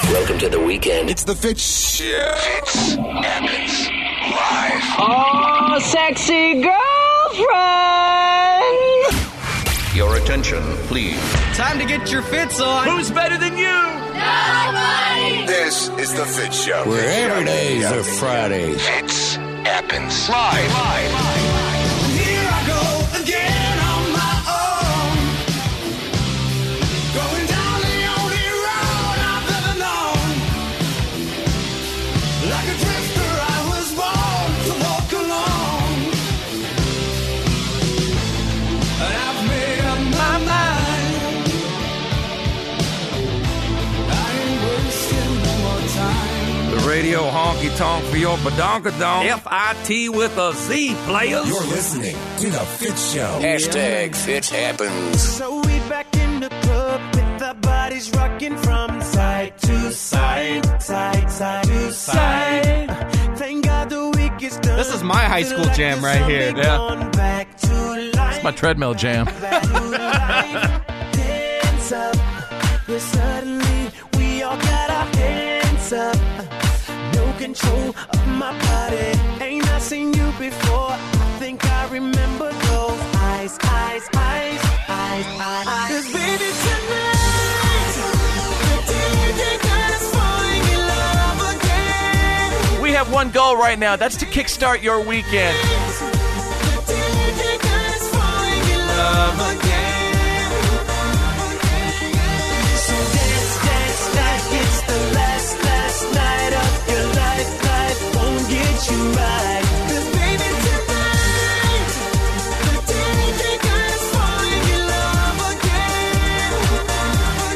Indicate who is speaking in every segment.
Speaker 1: Welcome to the weekend.
Speaker 2: It's the Fit Show.
Speaker 1: Your attention, please.
Speaker 3: Time to get your fits on.
Speaker 4: Who's better than you?
Speaker 2: This is the Fit Show.
Speaker 5: every days are Fridays.
Speaker 2: Fits happens.
Speaker 3: Here I go again on my own. Going down the only road I've ever known. Like a drifter, I was born to walk alone. And I've made up my mind. I ain't wasting no more time.
Speaker 5: The radio honky tonk for your badonkadonk. FIT with a Z players.
Speaker 2: listening to the Fit Show.
Speaker 1: Hashtag Fitch happens.
Speaker 3: So we back in the club with our bodies rocking from side to side, side, side to side. Thank God the week is done. This is my high school jam right here.
Speaker 4: Yeah.
Speaker 3: Back to life,
Speaker 4: My treadmill jam.
Speaker 3: back to life. Dance up. Yeah, suddenly we all got our hands up. No control of my body. Ain't I seen you before? I think I remember those eyes, eyes, eyes, eyes, eyes. Cause baby, tonight, the day that got us falling in love again.
Speaker 4: We have one goal right now. That's to kickstart your weekend.
Speaker 3: The day that got us falling in love again. So dance, dance like it's the last, last night of your life. Life won't get you right. 'Cause baby, tonight, the day that got us falling in love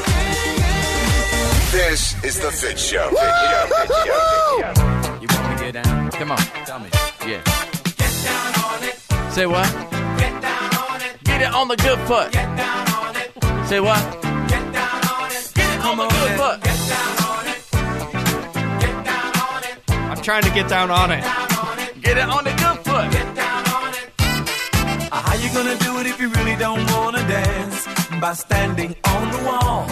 Speaker 3: again.
Speaker 2: This is the Fit Show. Fit Show. Fit Show. Fit Show.
Speaker 4: You want to get down? Come on, tell me. Yeah. Get down on it. Say what? Get down on it. Get it on the good foot. Get down on it. Say what? Get down on it. Get it on, the good foot.
Speaker 3: I'm trying to get down on it.
Speaker 4: Get it on the good foot.
Speaker 3: How you gonna do it if you really don't wanna dance? By standing on the wall.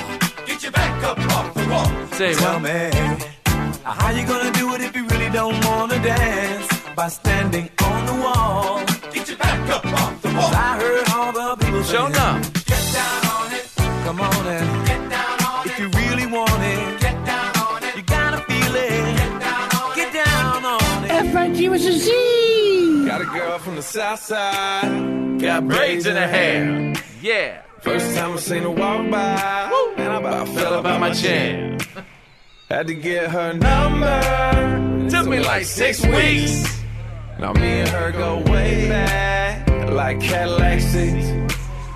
Speaker 3: Get your back up off the wall.
Speaker 4: Say
Speaker 3: Tell
Speaker 4: what?
Speaker 3: me. How you gonna do it if you really don't wanna dance? By standing on the wall. Get your back up off the wall. I heard all the people
Speaker 4: Show
Speaker 3: saying,
Speaker 4: now.
Speaker 3: Get down on it. Come on and get down on if it. If you really want it, get down on it. You gotta feel it. Get down on get it. Down on it.
Speaker 4: Got a girl from the south side. Got braids in her hair. Yeah.
Speaker 3: First time I seen her walk by, and I about
Speaker 4: Fell about my chin.
Speaker 3: Had to get her number.
Speaker 4: Took me like six weeks.
Speaker 3: Now me and her go way back, like Cadillac seats.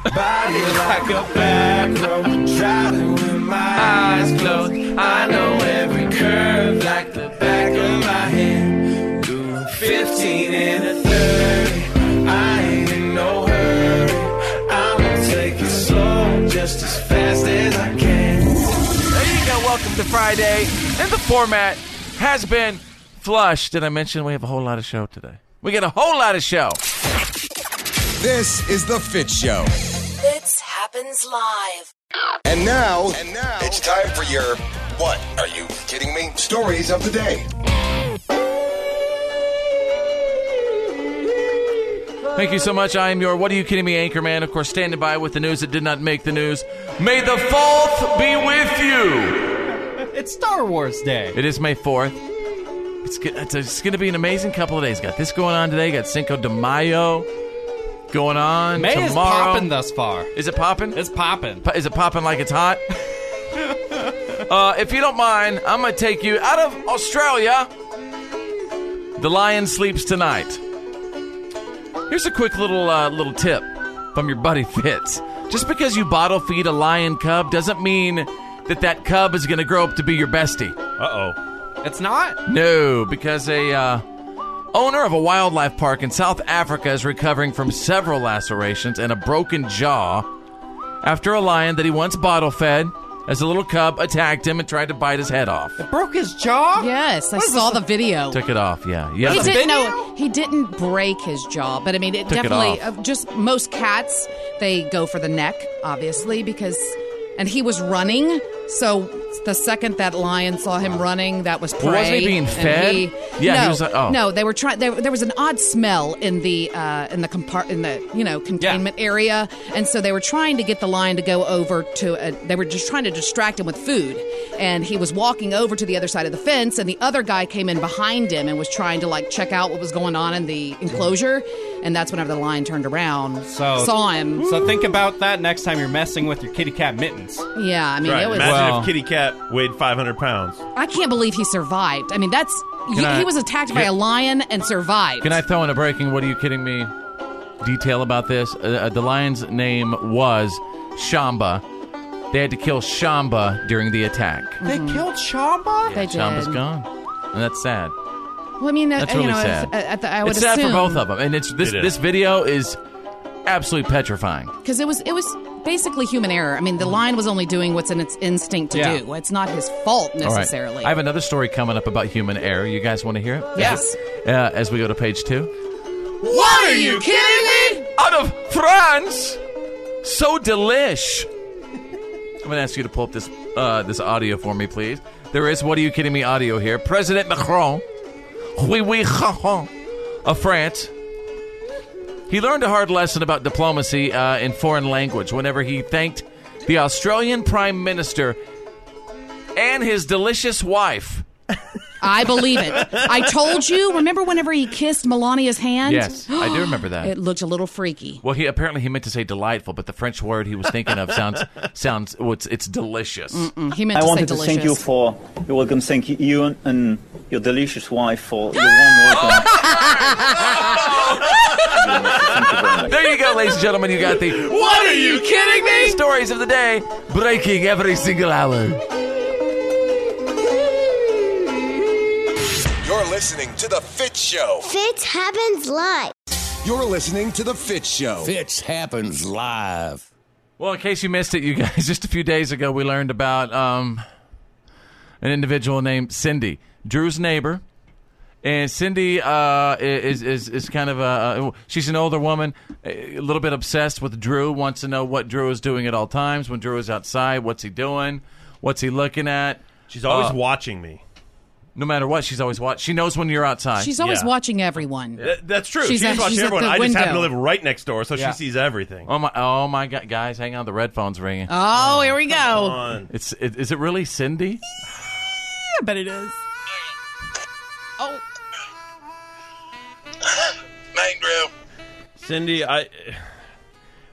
Speaker 3: Body like a back road, driving with my eyes closed. I know every curve like the back of my hand. Doing 15 and a 30. I ain't in no hurry. I'ma take it slow, just as fast as I can.
Speaker 4: There you go. Welcome to Friday. And the format has been flushed. Did I mention we have a whole lot of show today? We got a whole lot of show.
Speaker 2: This is the Fit Show.
Speaker 6: Fits happens live.
Speaker 2: And now, and now it's time for your What? Are you kidding me? Stories of the day.
Speaker 4: Thank you so much. I am your What Are You Kidding Me Anchorman. Of course, standing by with the news that did not make the news. May the 4th be with you.
Speaker 7: It's Star Wars Day.
Speaker 4: It is May 4th. It's, go- it's, it's going to be an amazing couple of days. Got this going on today. Got Cinco de Mayo going on
Speaker 7: May
Speaker 4: tomorrow.
Speaker 7: is popping thus far.
Speaker 4: Is it popping?
Speaker 7: It's popping.
Speaker 4: P- Is it popping like it's hot? uh, if you don't mind, I'm going to take you out of Australia. The lion sleeps tonight. Here's a quick little uh, little tip from your buddy Fitz. Just because you bottle feed a lion cub doesn't mean that that cub is going to grow up to be your bestie.
Speaker 7: Uh oh. It's not?
Speaker 4: No, because a uh, owner of a wildlife park in South Africa is recovering from several lacerations and a broken jaw after a lion that he once bottle fed as a little cub attacked him and tried to bite his head off.
Speaker 7: Broke his jaw?
Speaker 6: Yes, I saw the video.
Speaker 4: Took it off, yeah. Yeah.
Speaker 6: He
Speaker 7: a
Speaker 6: didn't
Speaker 7: video?
Speaker 6: know he didn't break his jaw, but I mean, it
Speaker 4: Took it
Speaker 6: definitely.
Speaker 4: off.
Speaker 6: uh, just most cats, they go for the neck, obviously, because. And he was running, so the second that lion saw him running, that was prey.
Speaker 4: Well, wasn't he being
Speaker 6: and
Speaker 4: fed?
Speaker 6: he-
Speaker 4: Yeah, he
Speaker 6: no,
Speaker 4: was, uh, oh.
Speaker 6: no, they were trying. There, there was an odd smell in the uh, in the compart in the you know containment area, and so they were trying to get the lion to go over to. A, they were just trying to distract him with food, and he was walking over to the other side of the fence, and the other guy came in behind him and was trying to like check out what was going on in the enclosure, and that's whenever the lion turned around,
Speaker 7: So-
Speaker 6: saw him.
Speaker 7: So think about that next time you're messing with your kitty cat mittens.
Speaker 6: yeah, I mean,
Speaker 8: Right.
Speaker 6: it was.
Speaker 8: Imagine
Speaker 4: Wow.
Speaker 8: if Kitty Cat weighed 500 pounds.
Speaker 6: I can't believe he survived. I mean, that's. He,
Speaker 4: I-
Speaker 6: he was attacked by
Speaker 4: can-
Speaker 6: a lion and survived.
Speaker 4: Can I throw in a breaking, what are you kidding me, detail about this? Uh, Uh, the lion's name was Shamba. They had to kill Shamba during the attack.
Speaker 7: They killed Shamba?
Speaker 6: They
Speaker 4: Shamba's
Speaker 6: did.
Speaker 4: gone. And that's sad.
Speaker 6: Well, I mean,
Speaker 4: That's
Speaker 6: uh,
Speaker 4: really
Speaker 6: you know,
Speaker 4: sad.
Speaker 6: I, I, th- I would
Speaker 4: it's sad
Speaker 6: assume,
Speaker 4: for both of them, and it's this
Speaker 8: It is.
Speaker 4: this video is absolutely petrifying.
Speaker 6: because it was it was basically human error. I mean, the lion was only doing what's in its instinct to
Speaker 7: Yeah.
Speaker 6: do. It's not his fault necessarily.
Speaker 4: I have another story coming up about human error. You guys want to hear it?
Speaker 6: Yes.
Speaker 4: Uh, as we go to page two.
Speaker 6: What are you kidding me?
Speaker 4: Out of France, so delish. I'm going to ask you to pull up this uh, this audio for me, please. There is what are you kidding me audio here. President Macron, oui oui ha, ha, of France. He learned a hard lesson about diplomacy uh, in foreign language whenever he thanked the Australian Prime Minister and his delicious wife.
Speaker 6: I believe it. I told you. Remember whenever he kissed Melania's hand?
Speaker 4: Yes, I do remember that.
Speaker 6: It looked a little freaky.
Speaker 4: Well, he apparently he meant to say delightful, but the French word he was thinking of sounds sounds well, it's, it's delicious.
Speaker 6: Mm, He meant to say delicious.
Speaker 9: for your welcome. Thank you and, and your delicious wife for your warm welcome.
Speaker 4: There you go, ladies and gentlemen. You got the What are you kidding me? Stories of the day breaking every single hour.
Speaker 2: You're listening to The Fit Show.
Speaker 10: Fitz happens live.
Speaker 1: You're listening to The Fit Show. Fits happens live.
Speaker 4: Well, in case you missed it, you guys, just a few days ago we learned about um, an individual named Cindy, Drew's neighbor, and Cindy uh, is is is kind of a she's an older woman, a little bit obsessed with Drew. Wants to know what Drew is doing at all times when Drew is outside. What's he doing? What's he looking at?
Speaker 8: She's always
Speaker 4: Uh,
Speaker 8: watching me.
Speaker 4: No matter what, she's always watch. She knows when you're outside.
Speaker 6: She's always
Speaker 8: Yeah.
Speaker 6: watching everyone.
Speaker 8: Th- uh, that's true.
Speaker 6: She's
Speaker 8: She's,
Speaker 6: at-
Speaker 8: watching
Speaker 6: she's at
Speaker 8: everyone.
Speaker 6: the
Speaker 8: I just happen to
Speaker 6: window.
Speaker 8: live right next door, so
Speaker 7: Yeah.
Speaker 8: she sees everything.
Speaker 4: oh my! Oh my God, guys, hang on. The red phone's ringing.
Speaker 6: Oh, here we go.
Speaker 8: On.
Speaker 4: It's it, is it really Cindy?
Speaker 6: I bet it is. Oh,
Speaker 2: Main Drew.
Speaker 8: Cindy, I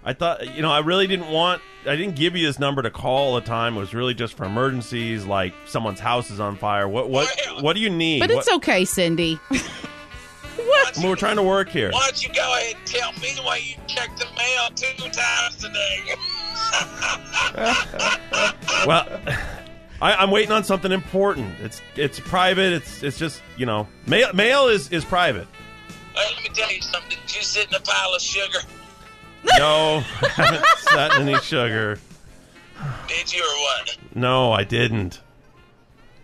Speaker 8: I thought you know, I really didn't want I didn't give you this number to call all the time. It was really just for emergencies, like someone's house is on fire. What what what do you need?
Speaker 6: but it's
Speaker 8: What-
Speaker 6: okay, Cindy.
Speaker 8: I mean, we're trying to work here.
Speaker 2: Why don't you go ahead and tell me why you checked the mail two times today?
Speaker 8: Well I, I'm waiting on something important. It's it's private, it's it's just you know mail mail is, is private.
Speaker 2: Hey, let me tell you something. Did you sit in a pile of sugar?
Speaker 8: No it's not any sugar.
Speaker 2: Did you or what?
Speaker 8: No, I didn't.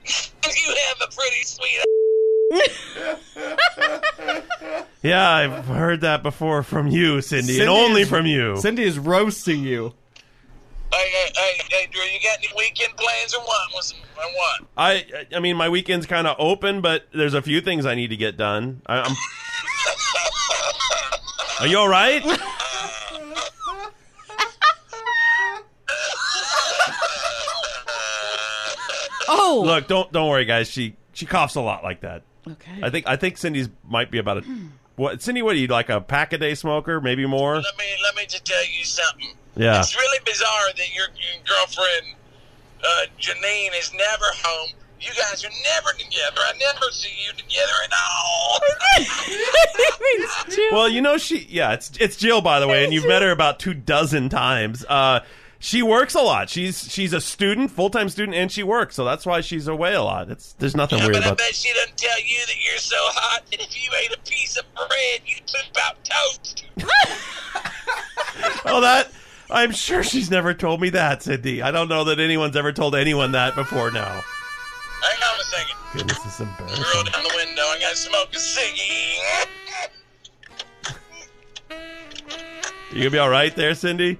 Speaker 2: You have a pretty sweet
Speaker 8: Yeah, I've heard that before from you, Cindy, and
Speaker 7: Cindy
Speaker 8: only
Speaker 7: is-
Speaker 8: from you.
Speaker 7: Cindy is roasting you.
Speaker 2: Hey, Hey, hey, hey, hey, Drew, you got any weekend plans or what? What's, or what?
Speaker 8: I I mean, my weekend's kind of open, but there's a few things I need to get done. I, I'm. Are you all right?
Speaker 6: Oh,
Speaker 8: look! Don't don't worry, guys. She she coughs a lot like that.
Speaker 6: Okay.
Speaker 8: I think I think Cindy's might be about a. What Cindy? What are you like a pack a day smoker? Maybe more.
Speaker 2: Let me let me just tell you something.
Speaker 8: Yeah.
Speaker 2: It's really bizarre that your, your girlfriend uh, Janine is never home. You guys are never together. I never see you together at all.
Speaker 8: Well, you know she yeah, it's it's Jill by the way, and you've met her about two dozen times. Uh she works a lot. She's she's a student, full time student, and she works, so that's why she's away a lot. It's there's nothing
Speaker 2: Yeah,
Speaker 8: weird
Speaker 2: but I
Speaker 8: about
Speaker 2: bet she doesn't tell you that you're so hot that if you ate a piece of bread, you'd poop out toast.
Speaker 8: Oh that I'm sure she's never told me that, Cindy. I don't know that anyone's ever told anyone that before now.
Speaker 2: Hang on a second.
Speaker 8: Goodness, this is embarrassing.
Speaker 2: Roll down the window. I gotta smoke a ciggy.
Speaker 8: You gonna be all right there, Cindy?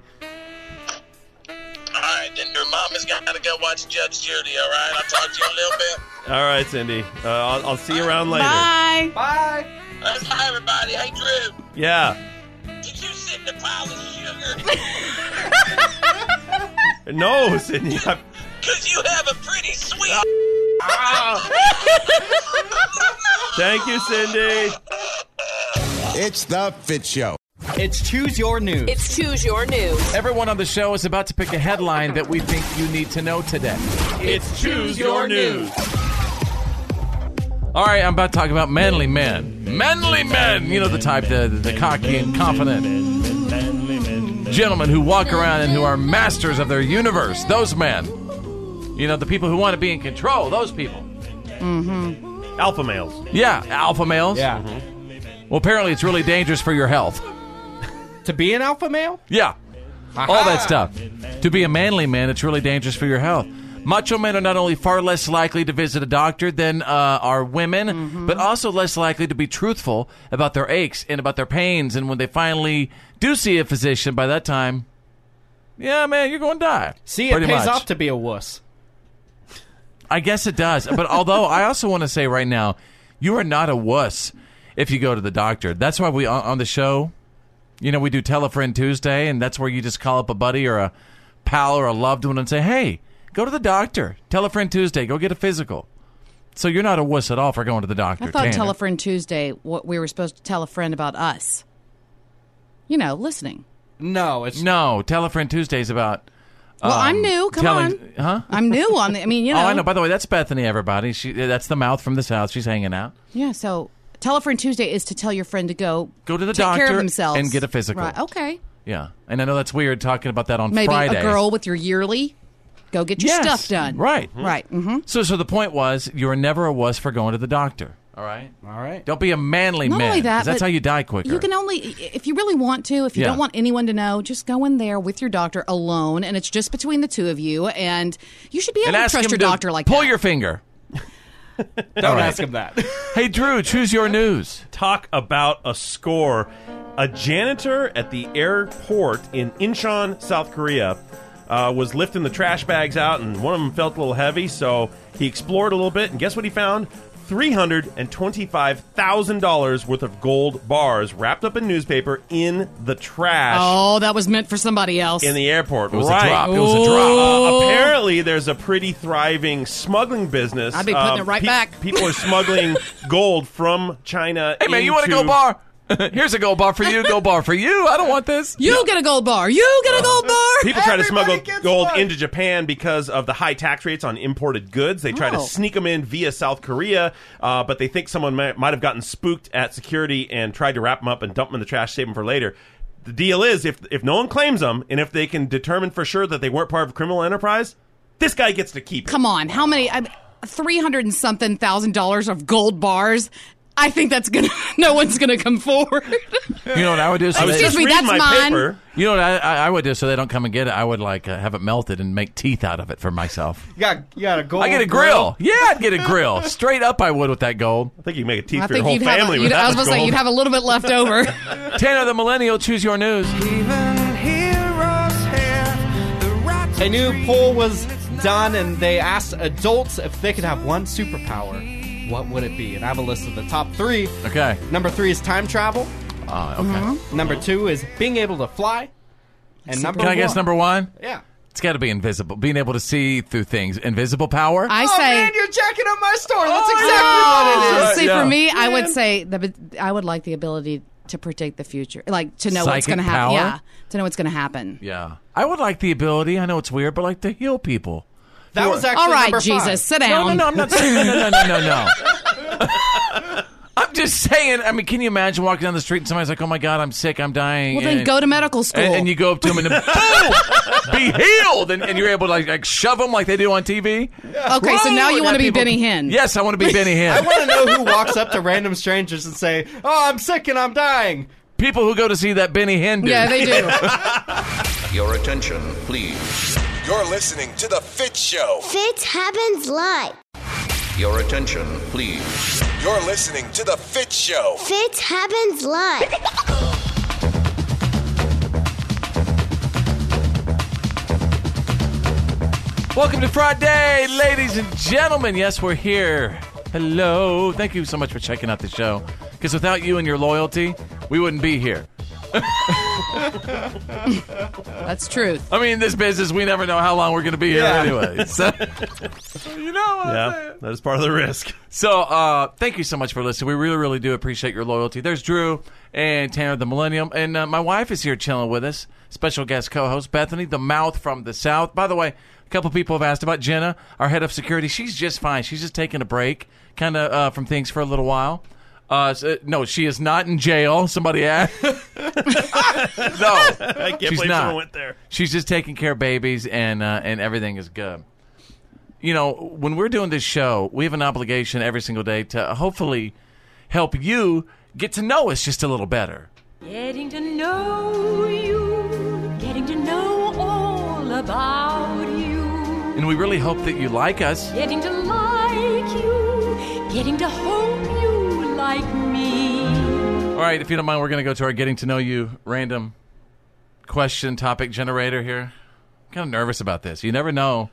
Speaker 2: All right, then your mama's gotta go watch Judge Judy. All right, I'll talk to you in a little bit.
Speaker 8: All right, Cindy. Uh, I'll, I'll see you around later.
Speaker 6: Bye.
Speaker 2: Bye. Hi, everybody. Hey, Drew.
Speaker 8: Yeah.
Speaker 2: Did you sit in the pile of sugar?
Speaker 8: No, Cindy. I,
Speaker 2: Cause you have a pretty sweet.
Speaker 8: Ah. thank you, Cindy.
Speaker 1: It's the Fit Show.
Speaker 4: It's Choose Your News.
Speaker 11: It's Choose Your News.
Speaker 4: Everyone on the show is about to pick a headline that we think you need to know today.
Speaker 8: It's
Speaker 4: Choose Your News. All right, I'm about to talk about manly men. Manly men! You know the type, the, the, the cocky and confident gentlemen who walk around and who are masters of their universe. Those men. You know, the people who want to be in control, those people.
Speaker 6: Mm-hmm.
Speaker 8: Alpha males.
Speaker 4: Yeah, alpha males.
Speaker 7: Yeah.
Speaker 4: Well, apparently it's really dangerous for your health.
Speaker 7: To be an alpha male?
Speaker 4: Yeah. All that stuff. To be a manly man, it's really dangerous for your health. Macho men are not only far less likely to visit a doctor than uh, are women,
Speaker 7: Mm-hmm.
Speaker 4: but also less likely to be truthful about their aches and about their pains. And when they finally do see a physician, by that time, yeah, man, you're going to die.
Speaker 7: See, it
Speaker 4: Pretty
Speaker 7: pays
Speaker 4: much.
Speaker 7: off to be a wuss.
Speaker 4: I guess it does. But although I also want to say right now, you are not a wuss if you go to the doctor. That's why we on on the show, you know, we do Telefriend Tuesday, and that's where you just call up a buddy or a pal or a loved one and say, "Hey, go to the doctor. Telefriend Tuesday. Go get a physical." So you're not a wuss at all for going to the doctor.
Speaker 6: I thought
Speaker 4: Tanner.
Speaker 6: Tell a Friend Tuesday, what we were supposed to tell a friend about us. You know, listening.
Speaker 7: No, it's
Speaker 4: no Telefriend Tuesday is about.
Speaker 6: Well,
Speaker 4: um,
Speaker 6: I'm new. Come
Speaker 4: telling-
Speaker 6: on.
Speaker 4: huh?
Speaker 6: I'm new on the. I mean, you know.
Speaker 4: Oh, I know. By the way, that's Bethany. Everybody, she that's the mouth from the south. She's hanging out.
Speaker 6: Yeah. So, tell a friend Tuesday is to tell your friend to go
Speaker 4: Go to the
Speaker 6: take
Speaker 4: doctor
Speaker 6: care of themselves
Speaker 4: and get a physical.
Speaker 6: Right. Okay.
Speaker 4: Yeah, and I know that's weird talking about that on
Speaker 6: Maybe
Speaker 4: Friday.
Speaker 6: a girl with your yearly. Go get your
Speaker 4: Yes.
Speaker 6: stuff done.
Speaker 4: right?
Speaker 6: Right. Mm-hmm.
Speaker 4: So, so the point was, you were never a wuss for going to the doctor. All right.
Speaker 7: All right.
Speaker 4: Don't be a manly
Speaker 6: Not
Speaker 4: man.
Speaker 6: only that,
Speaker 4: 'cause that's
Speaker 6: but
Speaker 4: how you die quicker.
Speaker 6: You can only, if you really want to, if you
Speaker 4: Yeah.
Speaker 6: don't want anyone to know, just go in there with your doctor alone, and it's just between the two of you, and you should be able
Speaker 4: and
Speaker 6: to
Speaker 4: ask
Speaker 6: trust
Speaker 4: him
Speaker 6: your
Speaker 4: to
Speaker 6: doctor like
Speaker 4: pull
Speaker 6: that.
Speaker 4: your finger.
Speaker 7: Don't ask him that.
Speaker 4: hey, Drew, choose your news.
Speaker 8: Talk about a score. A janitor at the airport in Incheon, South Korea, uh, was lifting the trash bags out, and one of them felt a little heavy, so he explored a little bit, and guess what he found? $325,000 worth of gold bars wrapped up in newspaper in the trash.
Speaker 6: Oh, that was meant for somebody else.
Speaker 8: In the airport.
Speaker 4: It was a
Speaker 8: right.
Speaker 4: drop. It was a drop.
Speaker 8: Uh,
Speaker 6: Oh.
Speaker 8: apparently, there's a pretty thriving smuggling business. um,
Speaker 6: I'd be putting it right back.
Speaker 8: People are smuggling gold from China.
Speaker 4: Hey, man, you want to go bar? Here's a gold bar for you. Gold bar for you. I don't want this.
Speaker 6: You get a gold bar. You get a
Speaker 4: Uh-huh.
Speaker 6: gold bar.
Speaker 8: People try to smuggle gold into Japan because of the high tax rates on imported goods. They try to
Speaker 6: Oh.
Speaker 8: sneak them in via South Korea, uh, but they think someone might, might have gotten spooked at security and tried to wrap them up and dump them in the trash, save them for later. The deal is, if if no one claims them, and if they can determine for sure that they weren't part of a criminal enterprise, this guy gets to keep it.
Speaker 6: Come on, how many? I, Three hundred and something thousand dollars of gold bars. I think that's gonna. No one's gonna come forward.
Speaker 4: You know what I would do? So
Speaker 6: I was
Speaker 4: they-
Speaker 6: just Excuse me, reading that's my mine. paper.
Speaker 4: You know what I, I I would do so they don't come and get it? I would like uh, have it melted and make teeth out of it for myself.
Speaker 7: You got, you got a gold
Speaker 4: I get a grill. Yeah, I'd get a grill. Straight up, I would with that gold. I
Speaker 8: think you make a teeth
Speaker 6: I think you'd have. A, you'd, I was gonna say you'd have a little bit left over.
Speaker 4: Tanner the Millennial, choose your news.
Speaker 3: Even heroes have the right
Speaker 7: A new poll was done, and they asked adults if they could have one superpower. What would it be? And I have a list of the top three.
Speaker 4: Okay.
Speaker 7: Number three is time travel.
Speaker 4: Ah, okay.
Speaker 6: Uh-huh.
Speaker 4: Mhm.
Speaker 7: Number two is being able to fly. And number
Speaker 4: Can I
Speaker 7: one,
Speaker 4: guess number one?
Speaker 7: Yeah.
Speaker 4: It's got to be invisible. Being able to see through things. Invisible power?
Speaker 6: I
Speaker 7: oh,
Speaker 6: say- Oh,
Speaker 7: man, you're jacking up my story. That's exactly what it is.
Speaker 4: Right,
Speaker 6: See,
Speaker 4: yeah.
Speaker 6: for me, I would
Speaker 7: Man.
Speaker 6: say the, I would like the ability to predict the future, like to know what's
Speaker 4: Psychic
Speaker 6: going to
Speaker 4: power?
Speaker 6: happen. Yeah, to know what's going to happen.
Speaker 4: Yeah. I would like the ability, I know it's weird, but like to heal people.
Speaker 7: That was actually
Speaker 6: All right,
Speaker 7: number five.
Speaker 6: Jesus, sit
Speaker 4: No,
Speaker 6: down.
Speaker 4: no, no, I'm not saying no, no, no, no, no. I'm just saying. I mean, can you imagine walking down the street and somebody's like, "Oh my God, I'm sick, I'm dying."
Speaker 6: Well, then
Speaker 4: and-
Speaker 6: go to medical school.
Speaker 4: And, and you go up to them and then, boom, be healed, and, and you're able to like, like shove them like they do on TV.
Speaker 6: Okay, so now you
Speaker 4: and
Speaker 6: wanna
Speaker 4: have
Speaker 6: be
Speaker 4: people-
Speaker 6: Benny Hinn.
Speaker 4: Yes, I want to be Benny Hinn.
Speaker 7: I want to know who walks up to random strangers and say, "Oh, I'm sick and I'm dying."
Speaker 4: People who go to see that Benny Hinn. Dude.
Speaker 6: Yeah, they do.
Speaker 1: Your attention, please. You're listening to The Fit Show.
Speaker 10: Fits happens live.
Speaker 1: Your attention, please. You're listening to The Fit Show.
Speaker 10: Fits happens live.
Speaker 4: Welcome to Friday, ladies and gentlemen. Yes, we're here. Hello. Thank you so much for checking out the show. Because without you and your loyalty, we wouldn't be here.
Speaker 6: That's truth.
Speaker 4: I mean, this business, we never know how long we're going to be here
Speaker 8: Yeah.
Speaker 4: anyway. So,
Speaker 8: you know what
Speaker 4: yeah,
Speaker 8: that is part of the risk.
Speaker 4: So, uh, thank you so much for listening. We really, really do appreciate your loyalty. There's Drew and Tanner the Millennium, and uh, my wife is here chilling with us. Special guest co-host Bethany, the mouth from the south. By the way, a couple people have asked about Jenna, our head of security. She's just fine. She's just taking a break, kind of uh, from things for a little while. Uh, so- no, she is not in jail. Somebody asked. no,
Speaker 8: I can't
Speaker 4: she's
Speaker 8: believe
Speaker 4: not.
Speaker 8: someone went there.
Speaker 4: She's just taking care of babies, and uh, and everything is good. You know, when we're doing this show, we have an obligation every single day to hopefully help you get to know us just a little better.
Speaker 12: Getting to know you, getting to know all about you,
Speaker 4: And we really hope that you like us.
Speaker 12: getting to like you, getting to hope you like me.
Speaker 4: All right, if you don't mind, we're going to go to our getting to know you random question topic generator here. I'm kind of nervous about this. You never know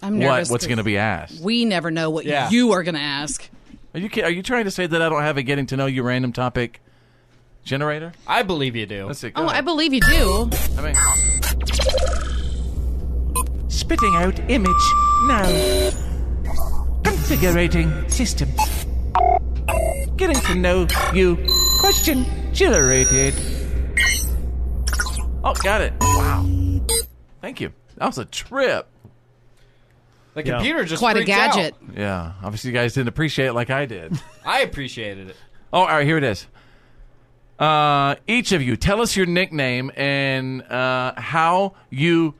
Speaker 6: I'm
Speaker 4: what
Speaker 6: nervous
Speaker 4: what's
Speaker 6: 'cause-
Speaker 4: going to be asked.
Speaker 6: We never know what
Speaker 4: Yeah.
Speaker 6: you are going to ask.
Speaker 4: Are you ki- are you trying to say that I don't have a getting to know you random topic generator?
Speaker 7: I believe you do.
Speaker 4: That's it.
Speaker 6: Oh, I believe you do.
Speaker 4: I mean, Spitting out image now. Configurating system. Getting to know you. Question generated. Oh, got it. Wow. Thank you. That was a trip.
Speaker 7: The computer just
Speaker 6: quite a
Speaker 7: freaked out.
Speaker 6: gadget.
Speaker 4: Yeah. Obviously, you guys didn't appreciate it like I did.
Speaker 7: I appreciated it.
Speaker 4: Oh, all right, here it is. Uh, each of you, tell us your nickname and uh, how you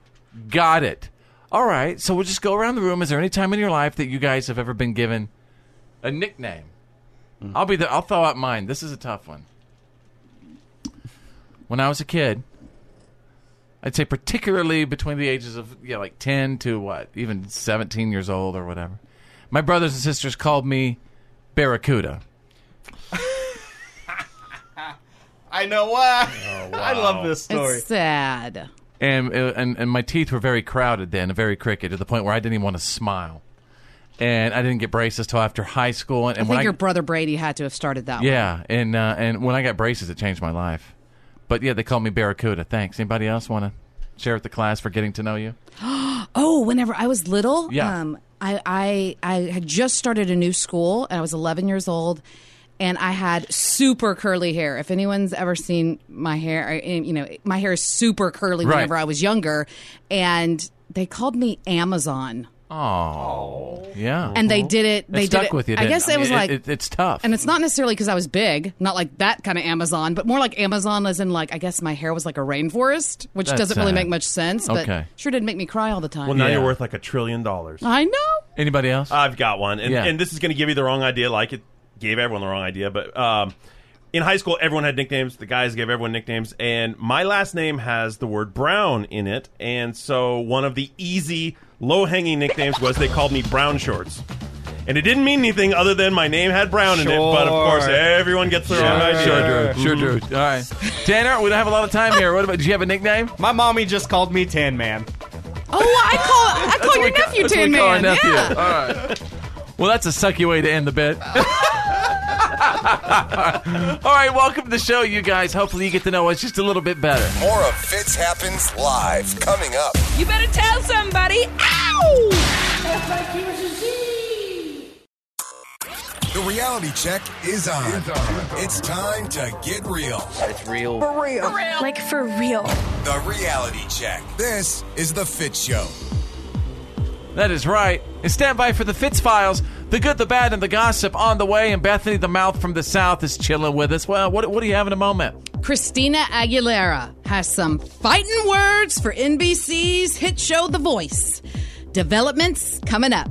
Speaker 4: got it. All right, so we'll just go around the room. Is there any time in your life that you guys have ever been given a nickname? I'll be there. I'll throw out mine. This is a tough one. When I was a kid, I'd say particularly between the ages of yeah, like ten to what, even seventeen years old or whatever. My brothers and sisters called me Barracuda.
Speaker 7: I know why. I love this story.
Speaker 6: It's sad.
Speaker 4: and uh, and and my teeth were very crowded then, very crooked to the point where I didn't even want to smile, and I didn't get braces till after high school. And,
Speaker 6: I
Speaker 4: and
Speaker 6: think
Speaker 4: when
Speaker 6: your brother Brady had to have started that
Speaker 4: I, yeah, and uh, and when I got braces, it changed my life. But yeah, they called me Barracuda. Thanks. Anybody else want to share with the class for getting to know you?
Speaker 6: one. Oh, whenever I was little,
Speaker 4: Yeah.
Speaker 6: um, I, I I had just started a new school and I was 11 years old. And I had super curly hair. If anyone's ever seen my hair, I, eh, you know, my hair is super curly
Speaker 4: Right.
Speaker 6: whenever I was younger. And they called me Amazon.
Speaker 4: Oh, yeah.
Speaker 6: And they did it- they did
Speaker 4: stuck
Speaker 6: it-
Speaker 4: with you.
Speaker 6: I
Speaker 4: didn't
Speaker 6: guess it was like-
Speaker 4: it- it's tough.
Speaker 6: And it's not necessarily because I was big, not like that kind of Amazon, but more like Amazon as in like I guess my hair was like a rainforest, which
Speaker 4: That's
Speaker 6: doesn't really
Speaker 4: sad.
Speaker 6: make much sense, but
Speaker 4: Okay.
Speaker 6: sure did make me cry all the time.
Speaker 8: Well, now you're worth like a trillion dollars.
Speaker 6: I know.
Speaker 4: Anybody else?
Speaker 8: I've got one, and,
Speaker 4: Yeah.
Speaker 8: and this is going to give you the wrong idea. Like it gave everyone the wrong idea, but um, in high school, everyone had nicknames. The guys gave everyone nicknames, and my last name has the word Brown in it, and so one of the easy, low-hanging nicknames was they called me Brown Shorts. And it didn't mean anything other than my name had brown in it, but of course
Speaker 4: Sure.
Speaker 8: everyone gets their own idea.
Speaker 4: Sure, Drew. Sure,
Speaker 8: Mhm.
Speaker 4: Drew. All right. Tanner, we don't have a lot of time here. What about? Do you have a nickname?
Speaker 7: My mommy just called me Tan Man.
Speaker 6: Oh, I call I
Speaker 4: That's
Speaker 6: call
Speaker 4: what
Speaker 6: your
Speaker 4: we ca-
Speaker 6: nephew
Speaker 4: that's what
Speaker 6: Tin
Speaker 4: we call our
Speaker 6: Man.
Speaker 4: nephew.
Speaker 6: Yeah.
Speaker 4: All right. Well, that's a sucky way to end the bit. All right, welcome to the show, you guys. Hopefully, you get to know us just a little bit better.
Speaker 1: More of Fitz Happens Live coming up.
Speaker 11: You better tell somebody. Ow!
Speaker 1: The reality check is on. It's time to get real. It's real.
Speaker 13: real. Like for real.
Speaker 1: The reality check. This is the Fit Show.
Speaker 4: That is right. And stand by for the Fitz Files. The good, the bad, and the gossip on the way. And Bethany, the mouth from the south, is chilling with us. Well, what, what do you have in a moment?
Speaker 6: Christina Aguilera has some fighting words for NBC's hit show The Voice. Developments coming up.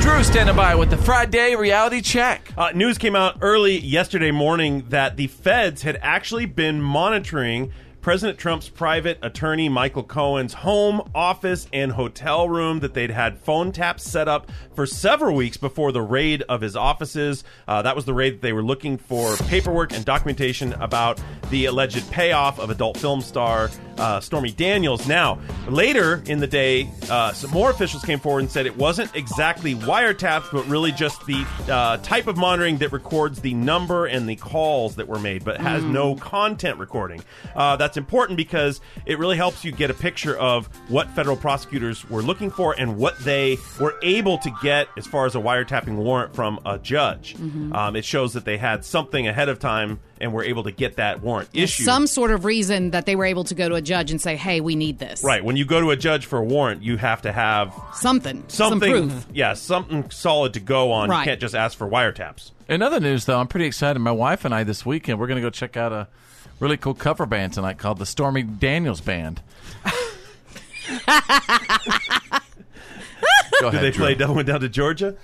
Speaker 4: Drew standing by with the Friday reality check.
Speaker 8: Uh, news came out early yesterday morning that the feds had actually been monitoring President Trump's private attorney, Michael Cohen's home, office, and hotel room that they'd had phone taps set up for several weeks before the raid of his offices. Uh, that was the raid that they were looking for paperwork and documentation about the alleged payoff of adult film star uh, Stormy Daniels. Now, later in the day, uh, some more officials came forward and said it wasn't exactly wiretaps, but really just the uh, type of monitoring that records the number and the calls that were made, but has
Speaker 14: Mm.
Speaker 8: no content recording. Uh, that's important because it really helps you get a picture of what federal prosecutors were looking for and what they were able to get as far as a wiretapping warrant from a judge.
Speaker 6: Mhm.
Speaker 8: Um, it shows that they had something ahead of time and were able to get that warrant issued.
Speaker 6: Some sort of reason that they were able to go to a judge and say, "Hey, we need this."
Speaker 8: Right. When you go to a judge for a warrant, you have to have
Speaker 6: Something. Some
Speaker 8: something.
Speaker 6: proof.
Speaker 8: yeah, something solid to go on.
Speaker 6: Right.
Speaker 8: You can't just ask for wiretaps.
Speaker 4: In other news, though, I'm pretty excited. My wife and I this weekend we're going to go check out a really cool cover band tonight called the Stormy Daniels Band. go
Speaker 8: Do
Speaker 4: ahead,
Speaker 8: they
Speaker 4: Drew.
Speaker 8: play Down Down to Georgia?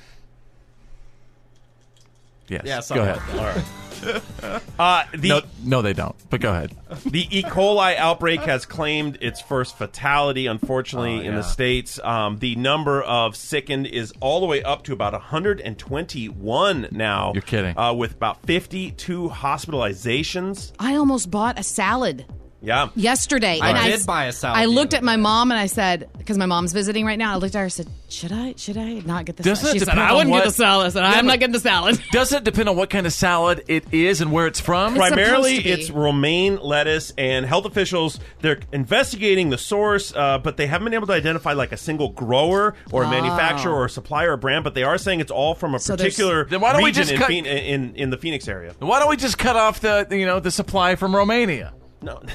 Speaker 4: Yes.
Speaker 8: Yeah,
Speaker 4: go
Speaker 8: something
Speaker 4: ahead.
Speaker 8: like that. All right. Uh, the,
Speaker 4: no, no, they don't. But go ahead.
Speaker 8: the E. coli outbreak has claimed its first fatality, unfortunately, in
Speaker 4: Oh, yeah.
Speaker 8: the States. Um, the number of sickened is all the way up to about 121 now. You're
Speaker 4: kidding.
Speaker 8: Uh, with about 52 hospitalizations.
Speaker 6: I almost bought a salad
Speaker 8: Yeah.
Speaker 6: yesterday.
Speaker 8: I
Speaker 6: and
Speaker 8: did buy a salad
Speaker 6: I
Speaker 8: the
Speaker 6: looked at my mom and I said, because my mom's visiting right now. I looked at her and said, "Should I? Should I not get the
Speaker 4: Doesn't
Speaker 6: salad?"
Speaker 4: it
Speaker 6: She said,
Speaker 4: depend
Speaker 6: "I
Speaker 4: on
Speaker 6: wouldn't
Speaker 4: what-
Speaker 6: get the salad." I said, "I'm
Speaker 4: but-
Speaker 6: not getting the salad."
Speaker 4: Doesn't it depend on what kind of salad it is and where it's from?
Speaker 8: Primarily, it's romaine lettuce, and health officials they're investigating the source, uh, but they haven't been able to identify like a single grower or
Speaker 4: Ah.
Speaker 8: manufacturer or supplier or brand. But they are saying it's all from a
Speaker 4: So there's-
Speaker 8: particular
Speaker 4: Then why don't we
Speaker 8: region
Speaker 4: just
Speaker 8: in,
Speaker 4: cut-
Speaker 8: Phoen- in in the Phoenix area.
Speaker 4: Why don't we just cut off the you know the supply from Romania?
Speaker 8: No.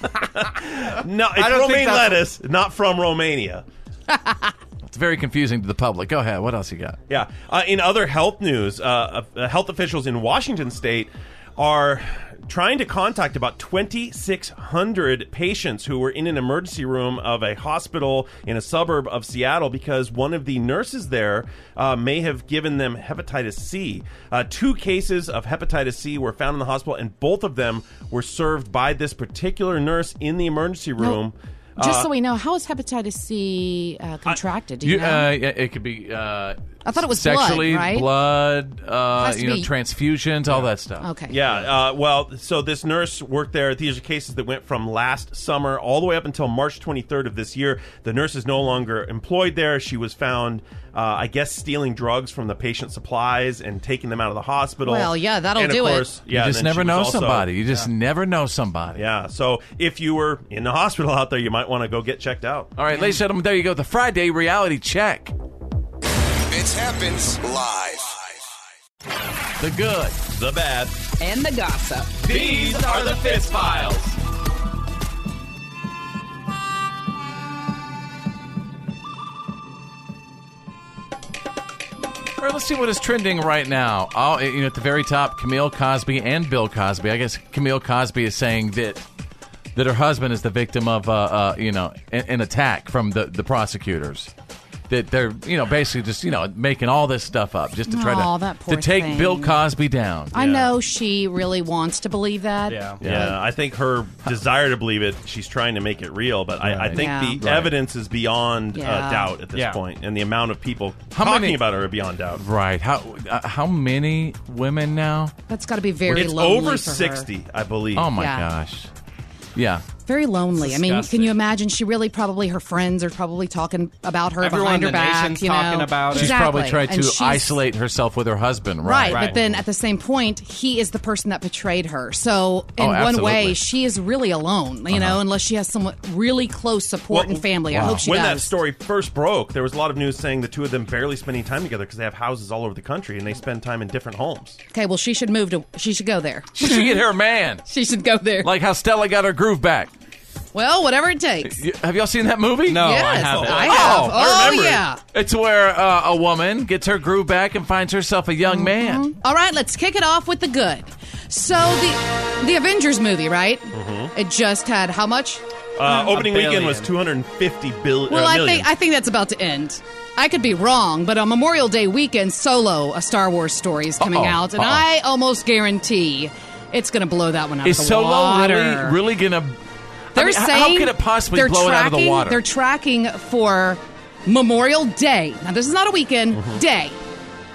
Speaker 8: No, it's
Speaker 4: don't think
Speaker 8: romaine
Speaker 4: that's-
Speaker 8: lettuce, not from Romania.
Speaker 4: It's very confusing to the public. Go ahead. What else you got?
Speaker 8: Yeah. Uh, in other health news, uh, uh, health officials in Washington state are trying to contact about 2,600 patients who were in an emergency room of a hospital in a suburb of Seattle because one of the nurses there uh, may have given them hepatitis C. Uh, two cases of hepatitis C were found in the hospital, and both of them were served by this particular nurse in the emergency room.
Speaker 6: Just
Speaker 8: Uh,
Speaker 6: so we know, how is hepatitis C uh, contracted? Do you,
Speaker 4: You-
Speaker 6: know?
Speaker 4: uh, yeah, it could be. Uh,
Speaker 6: I thought it was blood,
Speaker 4: sexually
Speaker 6: right?
Speaker 4: blood, uh,
Speaker 6: Has to
Speaker 4: you know,
Speaker 6: be-
Speaker 4: transfusions, all that stuff.
Speaker 6: Okay.
Speaker 8: Yeah. Uh, well, so this nurse worked there. These are cases that went from last summer all the way up until March 23rd of this year. The nurse is no longer employed there. She was found, uh, I guess, stealing drugs from the patient supplies and taking them out of the hospital.
Speaker 6: Well, yeah, that'll
Speaker 8: And of
Speaker 6: do it.
Speaker 8: course- Yeah,
Speaker 4: you
Speaker 8: and
Speaker 4: just
Speaker 8: then she
Speaker 4: never
Speaker 8: was
Speaker 4: know
Speaker 8: also-
Speaker 4: somebody. You just never know somebody.
Speaker 8: Yeah. So if you were in the hospital out there, you might want to go get checked out.
Speaker 4: All right, ladies and gentlemen, there you go. The Friday reality check.
Speaker 1: Fitz Happens Live.
Speaker 4: The good,
Speaker 8: the bad,
Speaker 15: And the gossip.
Speaker 4: These are the Fist Files. All right, let's see what is trending right now. Oh, you know, at the very top, Camille Cosby and Bill Cosby. I guess Camille Cosby is saying that that her husband is the victim of, uh, uh, you know, an, an attack from the, the prosecutors. That they're, you know, basically just, you know, making all this stuff up just to try
Speaker 6: Aw,
Speaker 4: to,
Speaker 6: that poor
Speaker 4: to take
Speaker 6: thing.
Speaker 4: Bill Cosby down.
Speaker 6: I know she really wants to believe that.
Speaker 8: Yeah, I think her desire to believe it, she's trying to make it real, but I, I think
Speaker 6: Yeah.
Speaker 8: the
Speaker 6: Right.
Speaker 8: evidence is beyond
Speaker 6: Yeah.
Speaker 8: uh, doubt at this
Speaker 4: Yeah.
Speaker 8: point, and the amount of people
Speaker 4: How
Speaker 8: talking
Speaker 4: many-
Speaker 8: about her are beyond doubt.
Speaker 4: Right. How uh, how many women now?
Speaker 6: That's got to be very
Speaker 8: it's
Speaker 6: lonely
Speaker 8: over
Speaker 6: for her.
Speaker 8: 60, I believe.
Speaker 4: Oh my
Speaker 6: Yeah.
Speaker 4: gosh. Yeah.
Speaker 6: very lonely. I mean,
Speaker 7: Disgusting.
Speaker 6: can you imagine? She really probably her friends are probably talking about her
Speaker 7: Everyone in
Speaker 6: behind her
Speaker 7: the
Speaker 6: back.
Speaker 7: nation's
Speaker 6: You know,
Speaker 7: talking about it.
Speaker 4: She's probably tried
Speaker 6: Exactly.
Speaker 4: to
Speaker 6: And she's-
Speaker 4: isolate herself with her husband,
Speaker 6: Right,
Speaker 4: right?
Speaker 6: but then at the same point, he is the person that betrayed her. So
Speaker 4: Oh,
Speaker 6: in one
Speaker 4: absolutely. Uh-huh.
Speaker 6: way, she is really alone. You know, unless she has someone really close support and family. I hope she
Speaker 8: when that
Speaker 6: does.
Speaker 8: story first broke, there was a lot of news saying the two of them barely spending time together because they have houses all over the country and they spend time in different homes.
Speaker 6: okay, well, she should move to. She should go there.
Speaker 4: She should get her a man.
Speaker 6: she should go there.
Speaker 4: Like how Stella got her groove back.
Speaker 6: Well, whatever it takes.
Speaker 4: Y- Have y'all seen that movie? No,
Speaker 6: Yes, haven't. I have.
Speaker 4: Oh, I
Speaker 6: Oh,
Speaker 4: remember it.
Speaker 6: yeah.
Speaker 4: It's where uh, a woman gets her groove back and finds herself a
Speaker 6: Mm-hmm.
Speaker 4: young man.
Speaker 6: All right, let's kick it off with the good. So the the Avengers movie, right?
Speaker 4: Mm-hmm.
Speaker 8: Mhm.
Speaker 6: It just had how much?
Speaker 8: Uh, opening
Speaker 6: A
Speaker 8: weekend was
Speaker 6: billion.
Speaker 8: 250 bill-
Speaker 6: Well,
Speaker 8: uh,
Speaker 6: I
Speaker 8: million.
Speaker 6: think I think that's about to end. I could be wrong, but on Memorial Day weekend, Solo, a Star Wars story, is coming
Speaker 4: Uh-oh.
Speaker 6: out, and
Speaker 4: Uh-oh.
Speaker 6: I almost guarantee it's going to blow that one out
Speaker 4: Is
Speaker 6: of the
Speaker 4: Solo
Speaker 6: water.
Speaker 4: really, really gonna?
Speaker 6: They're
Speaker 4: I mean, h-
Speaker 6: saying
Speaker 4: how could it possibly
Speaker 6: they're
Speaker 4: blow it out of the
Speaker 6: tracking-
Speaker 4: water?
Speaker 6: They're tracking for Memorial Day. Now, this is not a weekend
Speaker 4: Mm-hmm.
Speaker 7: Mhm.
Speaker 6: day.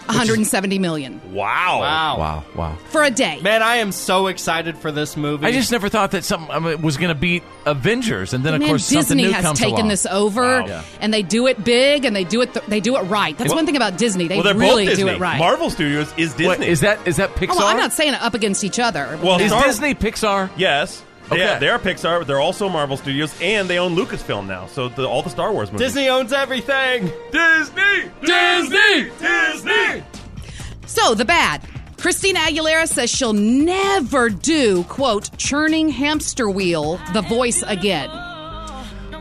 Speaker 6: 170 million
Speaker 8: Wow.
Speaker 7: Wow.
Speaker 4: Wow. Wow.
Speaker 6: for a day.
Speaker 7: Man, I am so excited for this movie.
Speaker 4: I just never thought that something I mean, was gonna beat Avengers, and then of
Speaker 6: Man,
Speaker 4: course something
Speaker 6: Disney
Speaker 4: new
Speaker 6: has
Speaker 4: comes
Speaker 6: taken
Speaker 4: along.
Speaker 6: this over,
Speaker 4: Wow. Yeah.
Speaker 6: and they do it big, and they do it th- they do it right. That's
Speaker 4: Well-
Speaker 6: one thing about Disney; they
Speaker 8: well, they're
Speaker 6: really
Speaker 8: both Disney.
Speaker 6: do it right.
Speaker 8: Marvel Studios is Disney.
Speaker 4: What, is that is that Pixar?
Speaker 6: Oh, well, I'm not saying it up against each other.
Speaker 8: Well,
Speaker 6: No.
Speaker 8: Star-
Speaker 4: Pixar?
Speaker 8: Yes. Yeah,
Speaker 4: Okay.
Speaker 8: they are Pixar, but they're also Marvel Studios, and they own Lucasfilm now. So the, all the Star Wars movies.
Speaker 7: Disney owns everything.
Speaker 8: Disney! Disney! Disney!
Speaker 6: so the bad. Christina Aguilera says she'll never do quote churning hamster wheel the voice again.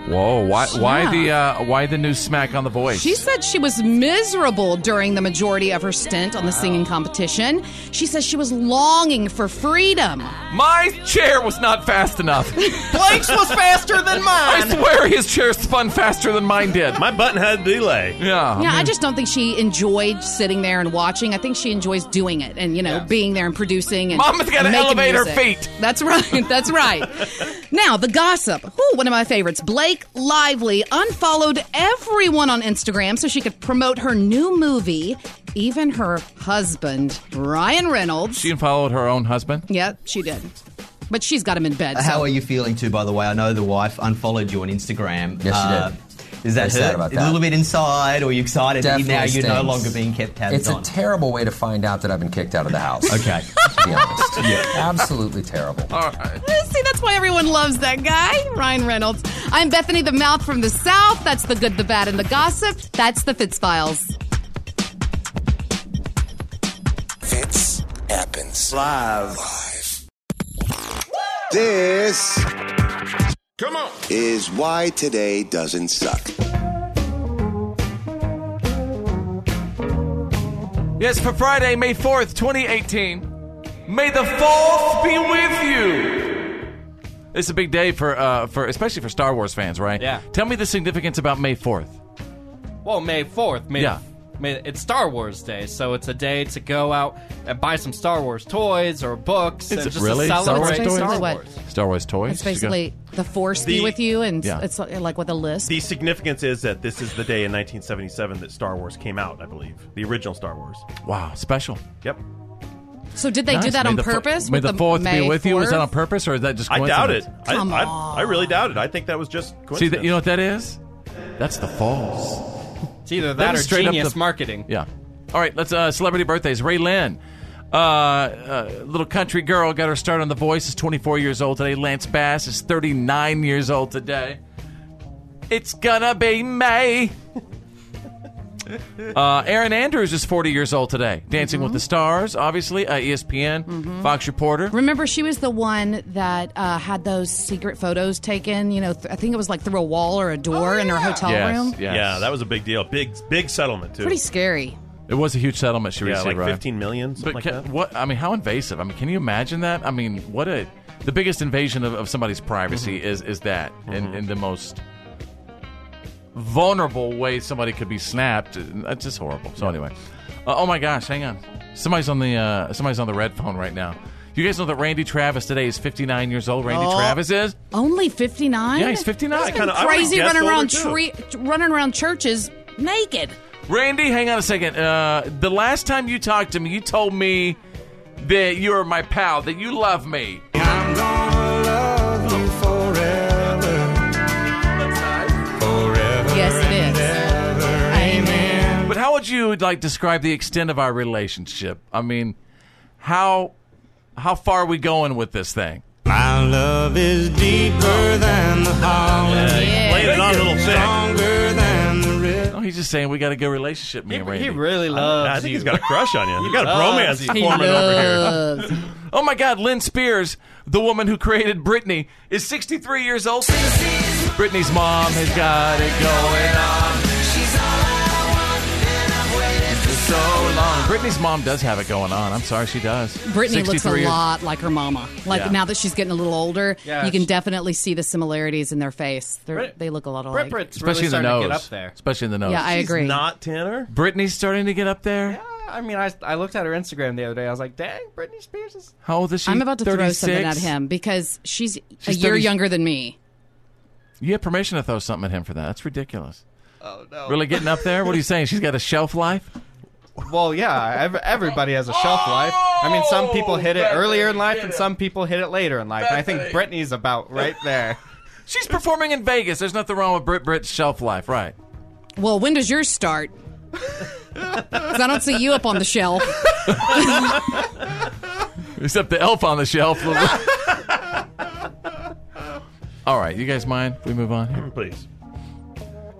Speaker 4: Whoa! Why? Why
Speaker 6: Yeah.
Speaker 4: the? Uh, why the new smack on the voice?
Speaker 6: She said she was miserable during the majority of her stint on the singing competition. She says she was longing for freedom.
Speaker 4: My chair was not fast enough.
Speaker 7: Blake's was faster than
Speaker 4: I
Speaker 7: mine.
Speaker 4: swear his chair spun faster than mine did.
Speaker 8: My button had a delay.
Speaker 4: Yeah.
Speaker 6: yeah, I
Speaker 4: mean-
Speaker 6: just don't think she enjoyed sitting there and watching. I think she enjoys doing it and you know being there and producing. And
Speaker 4: Mama's gotta
Speaker 6: making
Speaker 4: elevate her
Speaker 6: music.
Speaker 4: feet.
Speaker 6: That's right. That's right. now the gossip. Ooh, one of my favorites. Blake Lively unfollowed everyone on Instagram so she could promote her new movie. Even her husband, Ryan Reynolds.
Speaker 4: She followed her own husband.
Speaker 6: yeah, she did. But she's got him in bed.
Speaker 14: How
Speaker 6: so-
Speaker 14: are you feeling too, by the way? I know the wife unfollowed you on Instagram.
Speaker 15: Yes, she
Speaker 14: did. Is that
Speaker 15: Very sad
Speaker 14: hurt?
Speaker 15: about
Speaker 14: A
Speaker 15: that.
Speaker 14: little bit inside, or are you excited that
Speaker 15: Definitely
Speaker 14: now you're no
Speaker 15: stings.
Speaker 14: longer being kept tabs
Speaker 15: It's
Speaker 14: on?
Speaker 15: a terrible way to find out that I've been kicked out of the house.
Speaker 14: Okay.
Speaker 15: to be honest. Absolutely terrible.
Speaker 4: All right.
Speaker 6: Uh, See, that's why everyone loves that guy, Ryan Reynolds. I'm Bethany the Mouth from the South. That's the good, the bad, and the gossip. That's the Fitz Files.
Speaker 1: Fits happens live. This come on is why today doesn't suck.
Speaker 4: Yes, for Friday, May 4th, 2018. May the 4th be with you. It's a big day for, uh, for especially for Star Wars fans, right?
Speaker 7: Yeah.
Speaker 4: Tell me the significance about May 4th.
Speaker 7: Well, May 4th. May
Speaker 4: Yeah.
Speaker 7: May, it's Star Wars Day, so it's a day to go out and buy some Star Wars toys or books. and just to
Speaker 4: Star Wars
Speaker 7: celebrate
Speaker 4: toys?
Speaker 7: Star Wars.
Speaker 4: Star Wars toys.
Speaker 6: It's basically the force be
Speaker 8: The-
Speaker 6: with you, and
Speaker 8: Yeah.
Speaker 6: it's like with a list.
Speaker 8: The significance is that this is the day in 1977 that Star Wars came out, I believe. The original Star Wars.
Speaker 4: Wow, special.
Speaker 8: Yep.
Speaker 6: So did they do
Speaker 8: Nice.
Speaker 6: that
Speaker 8: May
Speaker 6: on
Speaker 8: the fo-
Speaker 6: purpose?
Speaker 4: May
Speaker 6: with
Speaker 4: the 4th be
Speaker 6: May
Speaker 4: with you. Is that
Speaker 6: 4th?
Speaker 4: on purpose or is that just
Speaker 8: I doubt it.
Speaker 4: coincidence?
Speaker 8: I,
Speaker 6: Come
Speaker 8: I, I really doubt it. I think that was just coincidence.
Speaker 4: See, that you know what that is? That's the falls.
Speaker 7: It's either that,
Speaker 4: is
Speaker 7: or
Speaker 4: straight up
Speaker 7: genius
Speaker 4: the-
Speaker 7: marketing.
Speaker 4: Yeah. All right, let's uh, celebrity birthdays. Ray Lynn, uh, uh, little country girl, got her start on The Voice. Is 24 years old today. Lance Bass is 39 years old today. It's gonna be May. Uh, Aaron Andrews is 40 years old today. Dancing
Speaker 6: Mm-hmm.
Speaker 4: with the Stars, obviously. Uh, ESPN, Fox reporter.
Speaker 6: Remember, she was the one that uh, had those secret photos taken. You know, th- I think it was like through a wall or
Speaker 4: Oh,
Speaker 6: a door in her hotel room.
Speaker 8: Yeah, that was a big deal. Big big settlement too.
Speaker 6: Pretty scary.
Speaker 4: It was a huge settlement she
Speaker 8: Yeah,
Speaker 4: received,
Speaker 8: like
Speaker 4: right?
Speaker 8: 15 million, something
Speaker 4: But
Speaker 8: like
Speaker 4: ca-
Speaker 8: that.
Speaker 4: what? I mean, how invasive? I mean, can you imagine that? I mean, what a the biggest invasion of, of somebody's privacy is is that, and, and the most vulnerable way somebody could be snapped. That's just horrible. So anyway, uh, oh my gosh, hang on, somebody's on the uh, somebody's on the red phone right now. You guys know that Randy Travis today is 59 years old. Randy
Speaker 6: Oh.
Speaker 4: Travis is.
Speaker 6: Only fifty nine.
Speaker 4: Yeah, he's 59. I kinda- I would've
Speaker 6: crazy
Speaker 4: guessed
Speaker 6: running
Speaker 4: older,
Speaker 6: around
Speaker 4: too.
Speaker 6: tree, running around churches naked.
Speaker 4: Randy, hang on a second. Uh, the last time you talked to me, you told me that you were my pal, that you love me.
Speaker 3: forever.
Speaker 4: how would you like describe the extent of our relationship? I mean, how how far are we going with this thing? My love is deeper than the Holland.
Speaker 8: Yeah, he played it on a little thick.
Speaker 4: Stronger than the river. Oh, he's just saying we got a good relationship, me and Randy.
Speaker 8: he
Speaker 7: really
Speaker 8: loves I, think he's got a crush on you. You got a
Speaker 4: loves
Speaker 8: bromance
Speaker 4: you. He
Speaker 8: forming over
Speaker 4: loves
Speaker 8: here.
Speaker 4: Oh my God, Lynn Spears, the woman who created Britney, is 63 years old. Britney's mom has got it going on. So long. Britney's mom does have it going on. I'm sorry, she does.
Speaker 6: Brittany looks a
Speaker 4: 63 years-
Speaker 6: lot like her mama. Like
Speaker 4: Yeah.
Speaker 6: now that she's getting a little older,
Speaker 4: Yeah,
Speaker 6: you can
Speaker 4: she-
Speaker 6: definitely see the similarities in their face. They're, they look a lot alike.
Speaker 4: especially in the nose. Especially in the nose.
Speaker 6: Yeah, I agree.
Speaker 7: Not Tanner.
Speaker 4: Brittany's starting to get up there.
Speaker 7: Uh, I mean, I, I looked at her Instagram the other day. I was like, dang, Britney Spears is.
Speaker 4: How old is she?
Speaker 6: I'm about to throw something at
Speaker 4: 36?
Speaker 6: him because she's, a
Speaker 4: She's
Speaker 6: year
Speaker 4: 30
Speaker 6: younger than me.
Speaker 4: You have permission to throw something at him for that. That's ridiculous.
Speaker 7: Oh no!
Speaker 4: Really getting up there? What are you saying? She's got a shelf life.
Speaker 7: Well, yeah, ev- everybody has a shelf life. I mean, some people hit Oh, it earlier in life, and some people hit it later in life. And I think Britney's about right there.
Speaker 4: She's performing in Vegas. There's nothing wrong with Brit Brit's shelf life, right?
Speaker 6: Well, when does yours start? 'Cause I don't see you up on the shelf.
Speaker 4: Except the elf on the shelf. All right, you guys mind? We move on here,
Speaker 8: please.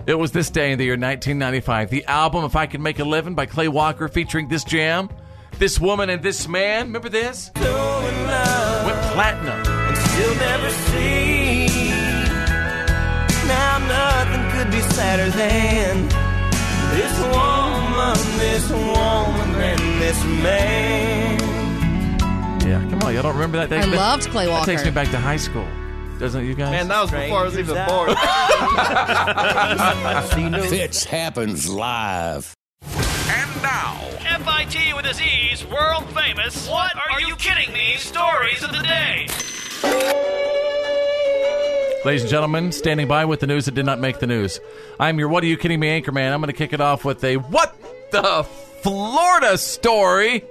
Speaker 4: It was this day in the year 1995. The album "If I Could Make a Living" by Clay Walker, featuring this jam, this woman, and this man. Remember this? Went platinum.
Speaker 3: You'll never see. Now nothing could be sadder than this woman, this woman, and this man.
Speaker 4: Yeah, come on, y'all don't remember that?
Speaker 3: I loved Clay
Speaker 4: That takes
Speaker 3: Walker.
Speaker 4: me back to high school, doesn't it, you guys?
Speaker 7: Man, that was before I was even born.
Speaker 16: Fitz happens live.
Speaker 17: And now, FIT with a Z's world famous. What are you kidding me? Stories of the day.
Speaker 4: Ladies and gentlemen, standing by with the news that did not make the news. I'm your What Are You Kidding Me anchor man. I'm going to kick it off with a What the Florida story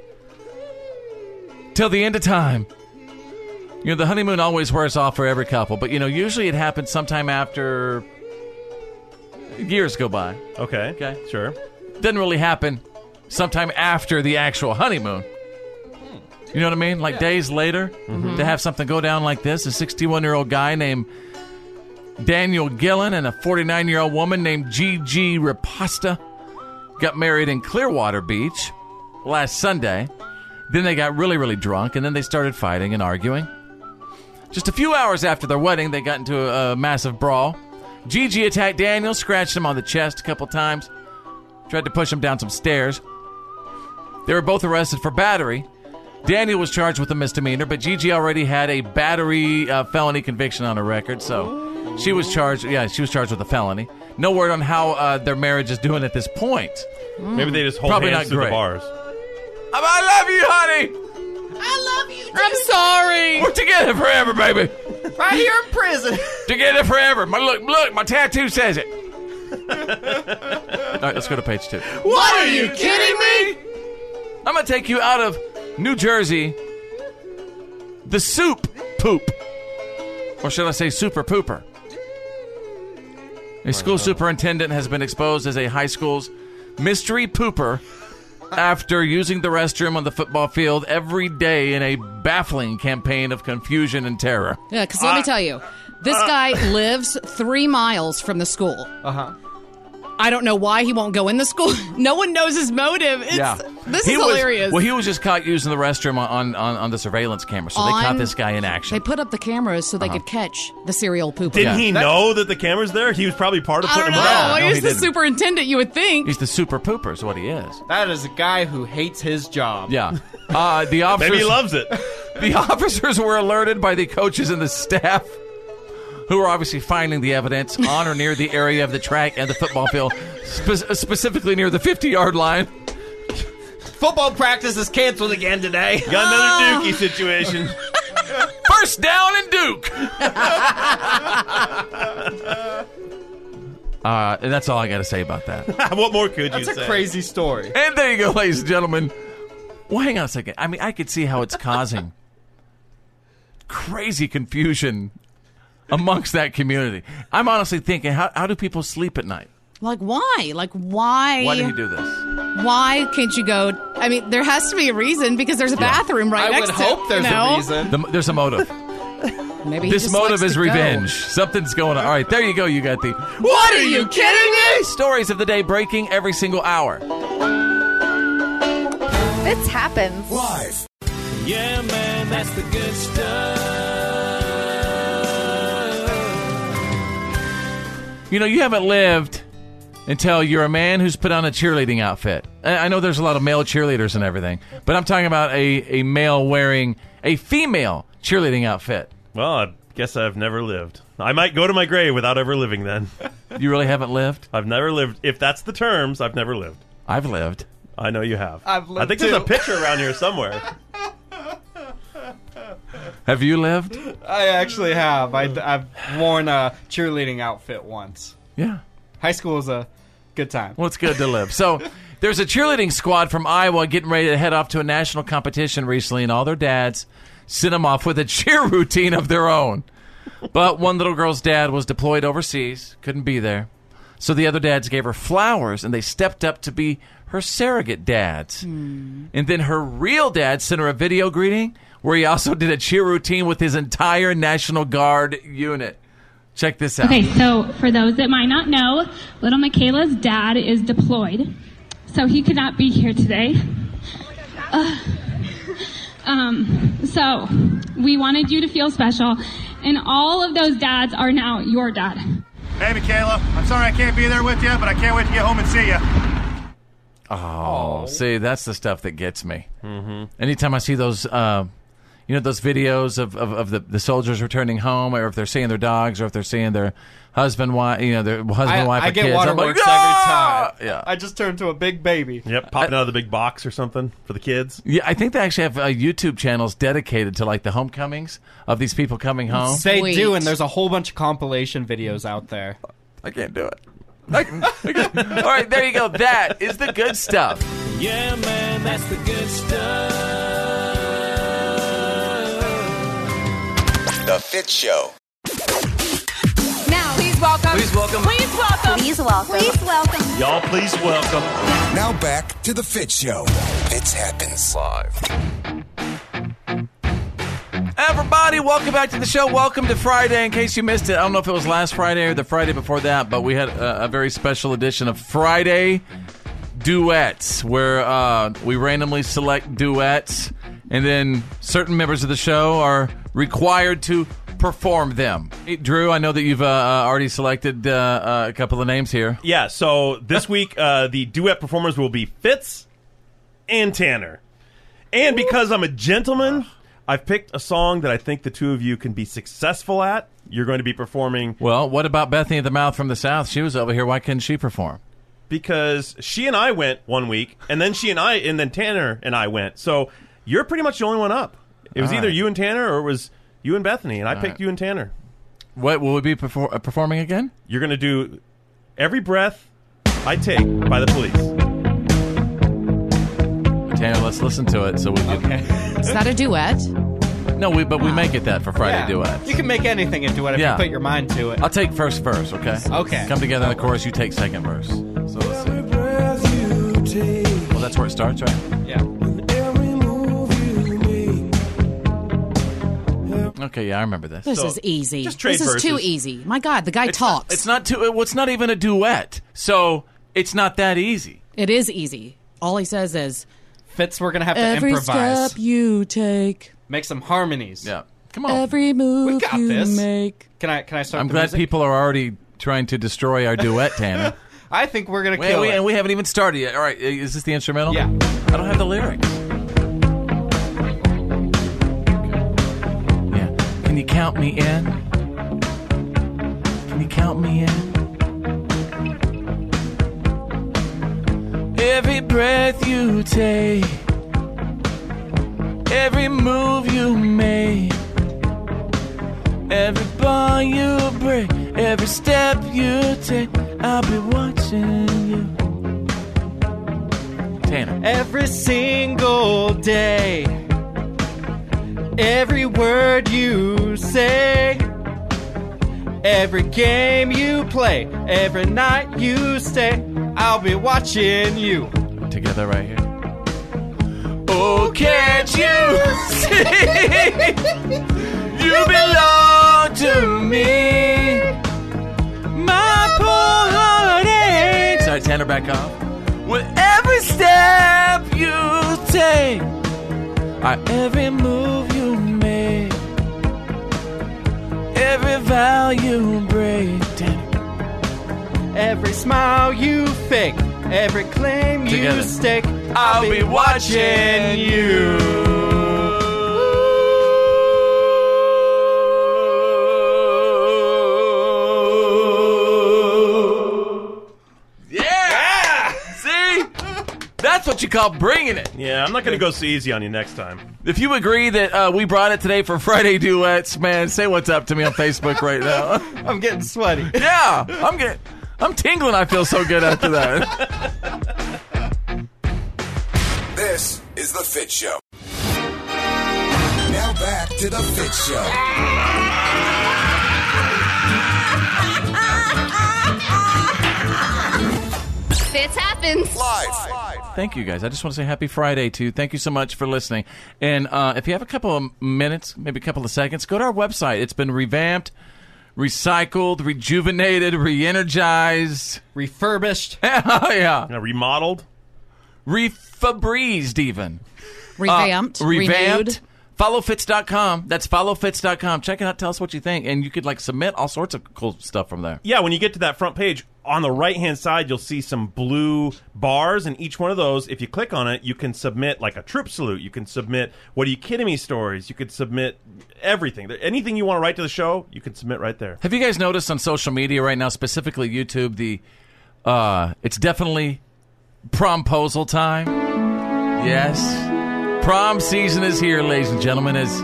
Speaker 4: till the end of time. You know, the honeymoon always wears off for every couple, but you know, usually it happens sometime after years go by.
Speaker 8: Okay.
Speaker 4: Okay.
Speaker 8: Sure.
Speaker 4: Doesn't really happen sometime after the actual honeymoon. You know what I mean? Like days later,
Speaker 8: Mhm.
Speaker 4: to have something go down like this, a 61 year old guy named Daniel Gillen and a 49 year old woman named Gigi Rapasta got married in Clearwater Beach last Sunday. Then they got really, really drunk, and then they started fighting and arguing. Just a few hours after their wedding, they got into a, a massive brawl. Gigi attacked Daniel, scratched him on the chest a couple times, tried to push him down some stairs. They were both arrested for battery. Daniel was charged with a misdemeanor, but Gigi already had a battery uh, felony conviction on her record, so she was charged. Yeah, she was charged with a felony. No word on how uh, their marriage is doing at this point.
Speaker 8: Maybe they just hold
Speaker 4: Probably not
Speaker 8: hands through the
Speaker 4: great.
Speaker 8: bars.
Speaker 4: I love you, honey. I'm sorry. We're together forever, baby.
Speaker 7: Right here in prison.
Speaker 4: Together forever. My look, look, my tattoo says it. All right, let's go to page two.
Speaker 3: What are you kidding me?
Speaker 4: I'm gonna take you out of New Jersey. The soup poop, or should I say, super pooper? A school superintendent has been exposed as a high school's mystery pooper after using the restroom on the football field every day in a baffling campaign of confusion and terror.
Speaker 6: Yeah, because let me tell you, this guy lives three miles from the school.
Speaker 7: Uh huh.
Speaker 6: I don't know why he won't go in the school. No one knows his motive. It's,
Speaker 4: yeah,
Speaker 6: This
Speaker 4: He
Speaker 6: is
Speaker 4: was-
Speaker 6: hilarious.
Speaker 4: Well, he was just caught using the restroom on on, on the surveillance camera, so they
Speaker 6: On-
Speaker 4: caught this guy in action.
Speaker 6: they put up the cameras so they could catch the serial pooper.
Speaker 8: Didn't he know that the camera's there? He was probably part of
Speaker 6: I
Speaker 8: putting
Speaker 6: don't know.
Speaker 8: him up.
Speaker 6: Well,
Speaker 8: No,
Speaker 6: he's
Speaker 8: he
Speaker 6: the
Speaker 8: didn't.
Speaker 6: superintendent, you would think.
Speaker 4: He's the super pooper, is what he is.
Speaker 7: That is a guy who hates his job.
Speaker 4: Yeah. Uh, the officers,
Speaker 7: Maybe he loves
Speaker 8: it.
Speaker 4: The officers were alerted by the coaches and the staff, who were obviously finding the evidence on or near the area of the track and the football field, spe- specifically near the 50 yard line.
Speaker 7: Football practice is canceled again today.
Speaker 8: Got another Dookie situation.
Speaker 4: First down and Duke. Uh, and that's all I got to say about that.
Speaker 8: what more could you
Speaker 7: That's
Speaker 8: say?
Speaker 7: a crazy story.
Speaker 4: And there you go, ladies and gentlemen. Well, hang on a second. I mean, I could see how it's causing crazy confusion amongst that community. I'm honestly thinking, how, how do people sleep at night?
Speaker 6: Like why? Like why?
Speaker 4: Why did he do this?
Speaker 6: Why can't you go? I mean, there has to be a reason because there's a bathroom right next to. it, you know?
Speaker 4: The- there's a motive.
Speaker 6: Maybe he
Speaker 4: this
Speaker 6: just
Speaker 4: motive
Speaker 6: likes
Speaker 4: is
Speaker 6: to go.
Speaker 4: revenge. Something's going on. All right, there you go. You got the. What are you kidding me? Stories of the day breaking every single hour.
Speaker 18: This happens.
Speaker 1: Live.
Speaker 3: Yeah, man, that's the good stuff.
Speaker 4: You know, you haven't lived until you're a man who's put on a cheerleading outfit. I I know there's a lot of male cheerleaders and everything, but I'm talking about a, a male wearing a female cheerleading outfit.
Speaker 8: Well, I guess I've never lived. I might go to my grave without ever living then.
Speaker 4: you really haven't lived?
Speaker 8: I've never lived. If that's the terms, I've never lived.
Speaker 4: I've lived.
Speaker 8: I know you have.
Speaker 7: I've lived
Speaker 8: I think there's a
Speaker 7: too.
Speaker 8: picture around here somewhere.
Speaker 4: Have you lived?
Speaker 7: I actually have. I, have worn a cheerleading outfit once.
Speaker 4: Yeah.
Speaker 7: High school was a good time.
Speaker 4: Well, it's good to live. So there's a cheerleading squad from Iowa getting ready to head off to a national competition recently, and all their dads sent them off with a cheer routine of their own. But one little girl's dad was deployed overseas, couldn't be there. So the other dads gave her flowers, and they stepped up to be her surrogate dads. And then her real dad sent her a video greeting where he also did a cheer routine with his entire National Guard unit. Check this out.
Speaker 19: Okay, so for those that might not know, little Michaela's dad is deployed, so he could not be here today. Ugh. um, so we wanted you to feel special, and all of those dads are now your dad.
Speaker 20: Hey, Michaela. I'm sorry I can't be there with you, but I can't wait to get home and see you.
Speaker 4: Oh, see, that's the stuff that gets me. Mm-hmm. Anytime I see those, uh, you know, those videos of, of, of the, the soldiers returning home, or if they're seeing their dogs, or if they're seeing their husband, wife, you know, their husband,
Speaker 7: I,
Speaker 4: wife,
Speaker 7: I
Speaker 4: or
Speaker 7: get
Speaker 4: kids. I'm like,
Speaker 7: waterworks
Speaker 4: "Ah!"
Speaker 7: every time. I just turned to a big baby.
Speaker 8: Yep, popping out of the big box or something for the kids.
Speaker 4: Yeah, I think they actually have uh, YouTube channels dedicated to like the homecomings of these people coming home.
Speaker 7: They do, and there's a whole bunch of compilation videos out there.
Speaker 4: I can't do it. All right, there you go. That is the good stuff.
Speaker 3: Yeah, man, that's the good stuff.
Speaker 1: The Fit Show.
Speaker 18: Now, please welcome.
Speaker 1: Please welcome.
Speaker 18: Please welcome. Please welcome. Please welcome.
Speaker 1: Y'all, please welcome. Now back to the Fit Show. Fits happens live.
Speaker 4: Everybody, welcome back to the show. Welcome to Friday. In case you missed it, I don't know if it was last Friday or the Friday before that, but we had a, a very special edition of Friday Duets, where uh, we randomly select duets, and then certain members of the show are required to perform them. Hey, Drew, I know that you've uh, uh, already selected uh, uh, a couple of names here.
Speaker 8: Yeah, so this week uh, the duet performers will be Fitz and Tanner. And because I'm a gentleman, I've picked a song that I think the two of you can be successful at. You're going to be performing
Speaker 4: Well, what about Bethany the Mouth from the South? She was over here. Why couldn't she perform?
Speaker 8: because she and I went one week, and then she and I, and then Tanner and I went. So you're pretty much the only one up. It was
Speaker 4: All
Speaker 8: either
Speaker 4: right.
Speaker 8: you and Tanner, or it was you and Bethany, and I
Speaker 4: All
Speaker 8: picked
Speaker 4: right.
Speaker 8: you and Tanner.
Speaker 4: What will we be perfor- uh, performing again?
Speaker 8: You're going to do every breath I take by the police.
Speaker 4: Tanner, let's listen to it so we can.
Speaker 6: It's not a duet.
Speaker 4: No, we but we make it that for Friday
Speaker 7: Yeah.
Speaker 4: duet.
Speaker 7: You can make anything into it if
Speaker 4: Yeah. Uh,
Speaker 7: you put your mind to it.
Speaker 4: I'll take first verse, okay?
Speaker 7: Okay.
Speaker 4: Come together in the chorus. You take second verse. So let's see. Well, that's where it starts, right?
Speaker 7: Yeah.
Speaker 4: Okay. Yeah, I remember this.
Speaker 6: This is easy.
Speaker 4: just trade
Speaker 6: this is too
Speaker 4: verses.
Speaker 6: easy. My God, the guy talks.
Speaker 4: It's not too. What's not even a duet? So it's not that easy.
Speaker 6: it is easy. All he says is
Speaker 7: Fits, we're going to have to
Speaker 6: every
Speaker 7: improvise.
Speaker 6: step you take,
Speaker 7: Make some harmonies.
Speaker 4: Yeah. Come
Speaker 6: every move
Speaker 7: got
Speaker 6: you
Speaker 7: this.
Speaker 6: make.
Speaker 7: Can I, can I start
Speaker 4: I'm
Speaker 7: the
Speaker 4: glad
Speaker 7: music?
Speaker 4: people are already trying to destroy our duet, Tanner.
Speaker 7: I think we're going to
Speaker 4: Wait,
Speaker 7: kill
Speaker 4: we,
Speaker 7: it.
Speaker 4: and we haven't even started yet. All right, i- is this the instrumental?
Speaker 7: Yeah.
Speaker 4: I don't have the lyrics. Yeah. Can you count me in? Can you count me in? Every breath you take, every move you make, every bond you break, every step you take, I'll be watching you. Tanner.
Speaker 7: Every single day, every word you say, Every game you play, every night you stay, I'll be watching you.
Speaker 4: Together right here.
Speaker 3: Oh, can't you see? You belong to me. My poor holiday.
Speaker 4: Sorry, Tanner, back off.
Speaker 3: With every step you take,
Speaker 4: I-
Speaker 3: every move you make, every vow you break,
Speaker 7: every smile you fake, every claim
Speaker 3: Together.
Speaker 7: you stake,
Speaker 3: I'll be watching you.
Speaker 4: Yeah! See? That's what you call bringing it.
Speaker 8: Yeah, I'm not going to go so easy on you next time.
Speaker 4: If you agree that uh, we brought it today for Friday duets, man, say what's up to me on Facebook right now.
Speaker 7: I'm getting sweaty.
Speaker 4: Yeah, I'm getting, I'm tingling. I feel so good after that.
Speaker 1: This is the Fit Show. Now back to the Fit Show.
Speaker 18: Fits happens.
Speaker 4: Thank you guys. I just want to say happy Friday to you. Thank you so much for listening. And uh, if you have a couple of minutes, maybe a couple of seconds, go to our website. It's been revamped, recycled, rejuvenated, re-energized,
Speaker 7: refurbished.
Speaker 4: yeah,
Speaker 8: remodeled,
Speaker 4: refabrized, even
Speaker 6: Revamped,
Speaker 4: Uh, revamped.
Speaker 6: renewed.
Speaker 4: Followfits.com. That's followfits.com. Check it out. Tell us what you think. And you could like submit all sorts of cool stuff from there.
Speaker 8: Yeah, when you get to that front page, on the right hand side, you'll see some blue bars, and each one of those, if you click on it, you can submit like a troop salute. You can submit what are you kidding me stories. You could submit everything. There- Anything you want to write to the show, you can submit right there.
Speaker 4: Have you guys noticed on social media right now, specifically YouTube, the uh it's definitely promposal time. Yes. Prom season is here, ladies and gentlemen, as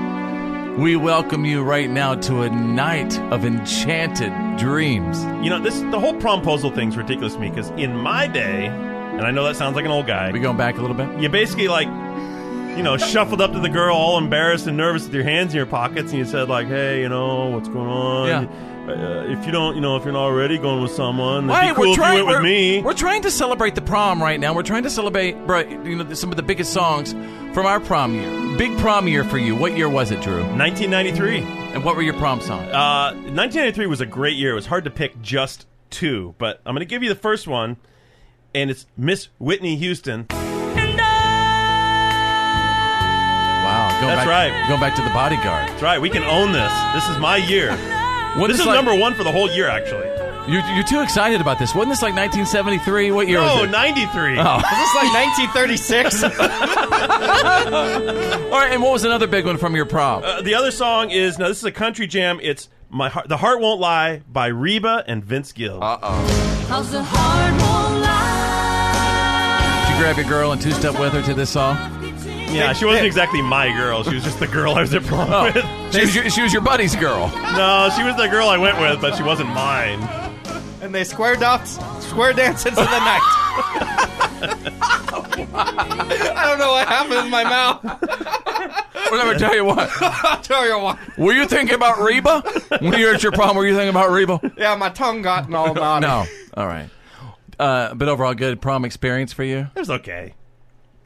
Speaker 4: we welcome you right now to a night of enchanted dreams.
Speaker 8: You know, this the whole promposal thing's ridiculous to me because in my day, and I know that sounds like an old guy. We
Speaker 4: going back a little bit.
Speaker 8: You basically like, you know, shuffled up to the girl, all embarrassed and nervous, with your hands in your pockets, and you said like, "Hey, you know, what's going on?
Speaker 4: Yeah.
Speaker 8: Uh, if you don't, you know, if you're not already going with someone, it'd
Speaker 4: Hey,
Speaker 8: be cool if you went
Speaker 4: we're,
Speaker 8: with me."
Speaker 4: we're trying to celebrate the prom right now. We're trying to celebrate bro, you know some of the biggest songs from our prom year. Big prom year for you. What year was it, Drew?
Speaker 8: 1993.
Speaker 4: And what were your prom songs?
Speaker 8: Uh, 1993 was a great year. It was hard to pick just two, but I'm going to give you the first one, and it's Miss Whitney Houston.
Speaker 4: Wow, going
Speaker 8: that's
Speaker 4: back-
Speaker 8: right.
Speaker 4: Going back to the bodyguard.
Speaker 8: That's right. We can own this. This is my year.
Speaker 4: What
Speaker 8: this
Speaker 4: is
Speaker 8: is
Speaker 4: like-
Speaker 8: number one for the whole year, actually.
Speaker 4: You're, you're too excited about this. Wasn't this like 1973? What year
Speaker 8: no,
Speaker 4: was it?
Speaker 8: 93.
Speaker 4: Oh.
Speaker 7: Is this like 1936?
Speaker 4: All right, and what was another big one from your prom?
Speaker 8: Uh, the other song is now. This is a country jam. It's my heart. The heart won't lie by Reba and Vince Gill. Uh oh.
Speaker 12: Cause the heart won't
Speaker 4: Did you grab your girl and two step with her to this song?
Speaker 8: Yeah, she wasn't exactly my girl. She was just the girl I was at prom
Speaker 4: Oh.
Speaker 8: with.
Speaker 4: She was, your, she was your buddy's girl.
Speaker 8: No, she was the girl I went with, but she wasn't mine.
Speaker 7: and they squared off, square dancing to the night. I don't know what happened in my mouth.
Speaker 4: Well, let me tell you what.
Speaker 7: I'll tell you what.
Speaker 4: Were you thinking about Reba? When you were at your prom, were you thinking about Reba?
Speaker 7: Yeah, my tongue got all knotted.
Speaker 4: No. All right. Uh, but overall, good prom experience for you?
Speaker 8: It was okay.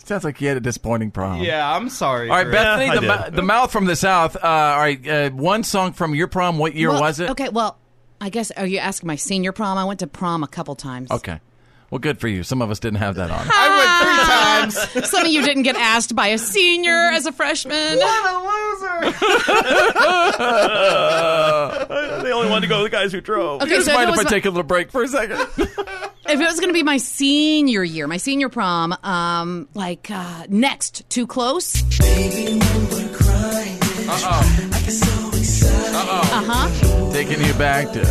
Speaker 4: Sounds like you had a disappointing prom.
Speaker 7: Yeah, I'm sorry.
Speaker 4: All right,
Speaker 7: Drew.
Speaker 4: Bethany, the, mou- the mouth from the south. Uh, all right, uh, one song from your prom. What year
Speaker 6: Well,
Speaker 4: was it?
Speaker 6: Okay, well, I guess are you asking my senior prom? I went to prom a couple times.
Speaker 4: Okay. Well, good for you. Some of us didn't have that on.
Speaker 6: I went three times. Some of you didn't get asked by a senior as a freshman.
Speaker 7: What a loser!
Speaker 8: they only wanted to go with the guys who drove.
Speaker 6: Okay, You guys so if mind it if I was my- take
Speaker 4: a little break for a second?
Speaker 6: if it was going to be my senior year, my senior prom, um, like uh, next, too close. Uh huh.
Speaker 4: Taking you back to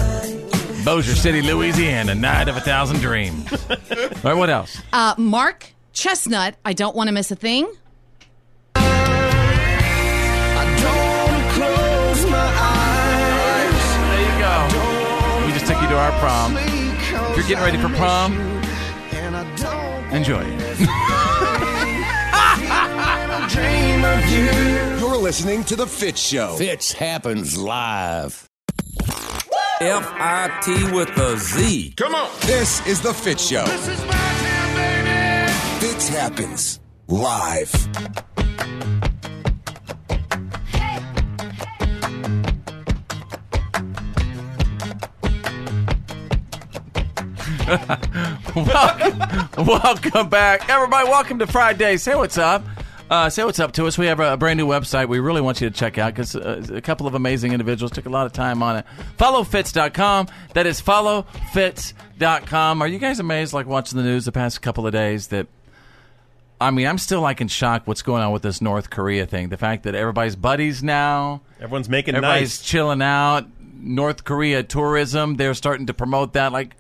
Speaker 4: Bossier City, Louisiana, night of a thousand dreams. All right, what else?
Speaker 6: Uh, Mark Chestnut. I don't want to miss a thing.
Speaker 4: There you go. We just took you to our prom. If you're getting ready for prom, enjoy.
Speaker 1: You're listening to the Fit Show.
Speaker 16: Fitch happens live.
Speaker 5: F I T with a Z.
Speaker 1: Come on. This is The Fit Show.
Speaker 5: This
Speaker 1: is my jam, baby. Fits happens live.
Speaker 4: welcome, welcome back, everybody. Welcome to Friday. Say what's up. Uh, say what's up to us. We have a, a brand new website we really want you to check out because uh, a couple of amazing individuals took a lot of time on it. Followfits.com. That is followfits.com. Are you guys amazed, like watching the news the past couple of days, that I mean, I'm still like in shock what's going on with this North Korea thing. The fact that everybody's buddies now,
Speaker 8: everyone's making
Speaker 4: everybody's
Speaker 8: nice.
Speaker 4: chilling out. North Korea tourism, they're starting to promote that. Like,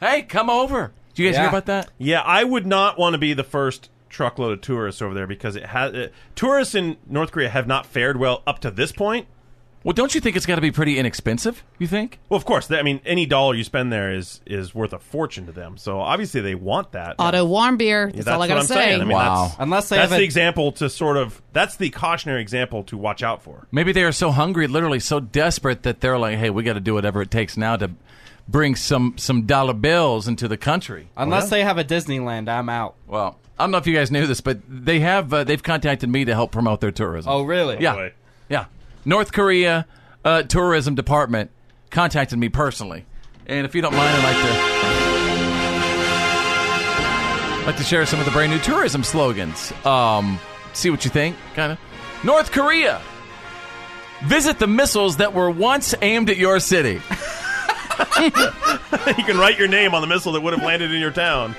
Speaker 4: hey, come over. Do you guys
Speaker 8: yeah.
Speaker 4: hear about that?
Speaker 8: Yeah, I would not want to be the first truckload of tourists over there because it has uh, tourists in North Korea have not fared well up to this point.
Speaker 4: Well, don't you think it's got to be pretty inexpensive? You think?
Speaker 8: Well, of course. I mean, any dollar you spend there is is worth a fortune to them. So obviously they want that.
Speaker 6: Auto warm beer.
Speaker 8: Yeah,
Speaker 6: That's, all I gotta
Speaker 8: what I'm
Speaker 6: say.
Speaker 8: saying. I mean, that's,
Speaker 7: Unless they
Speaker 8: that's
Speaker 7: have
Speaker 8: the
Speaker 7: a-
Speaker 8: example to sort of that's the cautionary example to watch out for.
Speaker 4: Maybe they are so hungry, literally so desperate that they're like, "Hey, we got to do whatever it takes now to bring some some dollar bills into the country."
Speaker 7: Unless they have a Disneyland, I'm out.
Speaker 4: Well, I don't know if you guys knew this, but they have uh, they've contacted me to help promote their tourism.
Speaker 7: Oh, really?
Speaker 4: Yeah, yeah. North Korea uh, tourism department contacted me personally, and if you don't mind, I'd like to like to share some of the brand new tourism slogans. Um, see what you think, kind of. North Korea, visit the missiles that were once aimed at your city.
Speaker 8: you can write your name on the missile that would have landed in your town.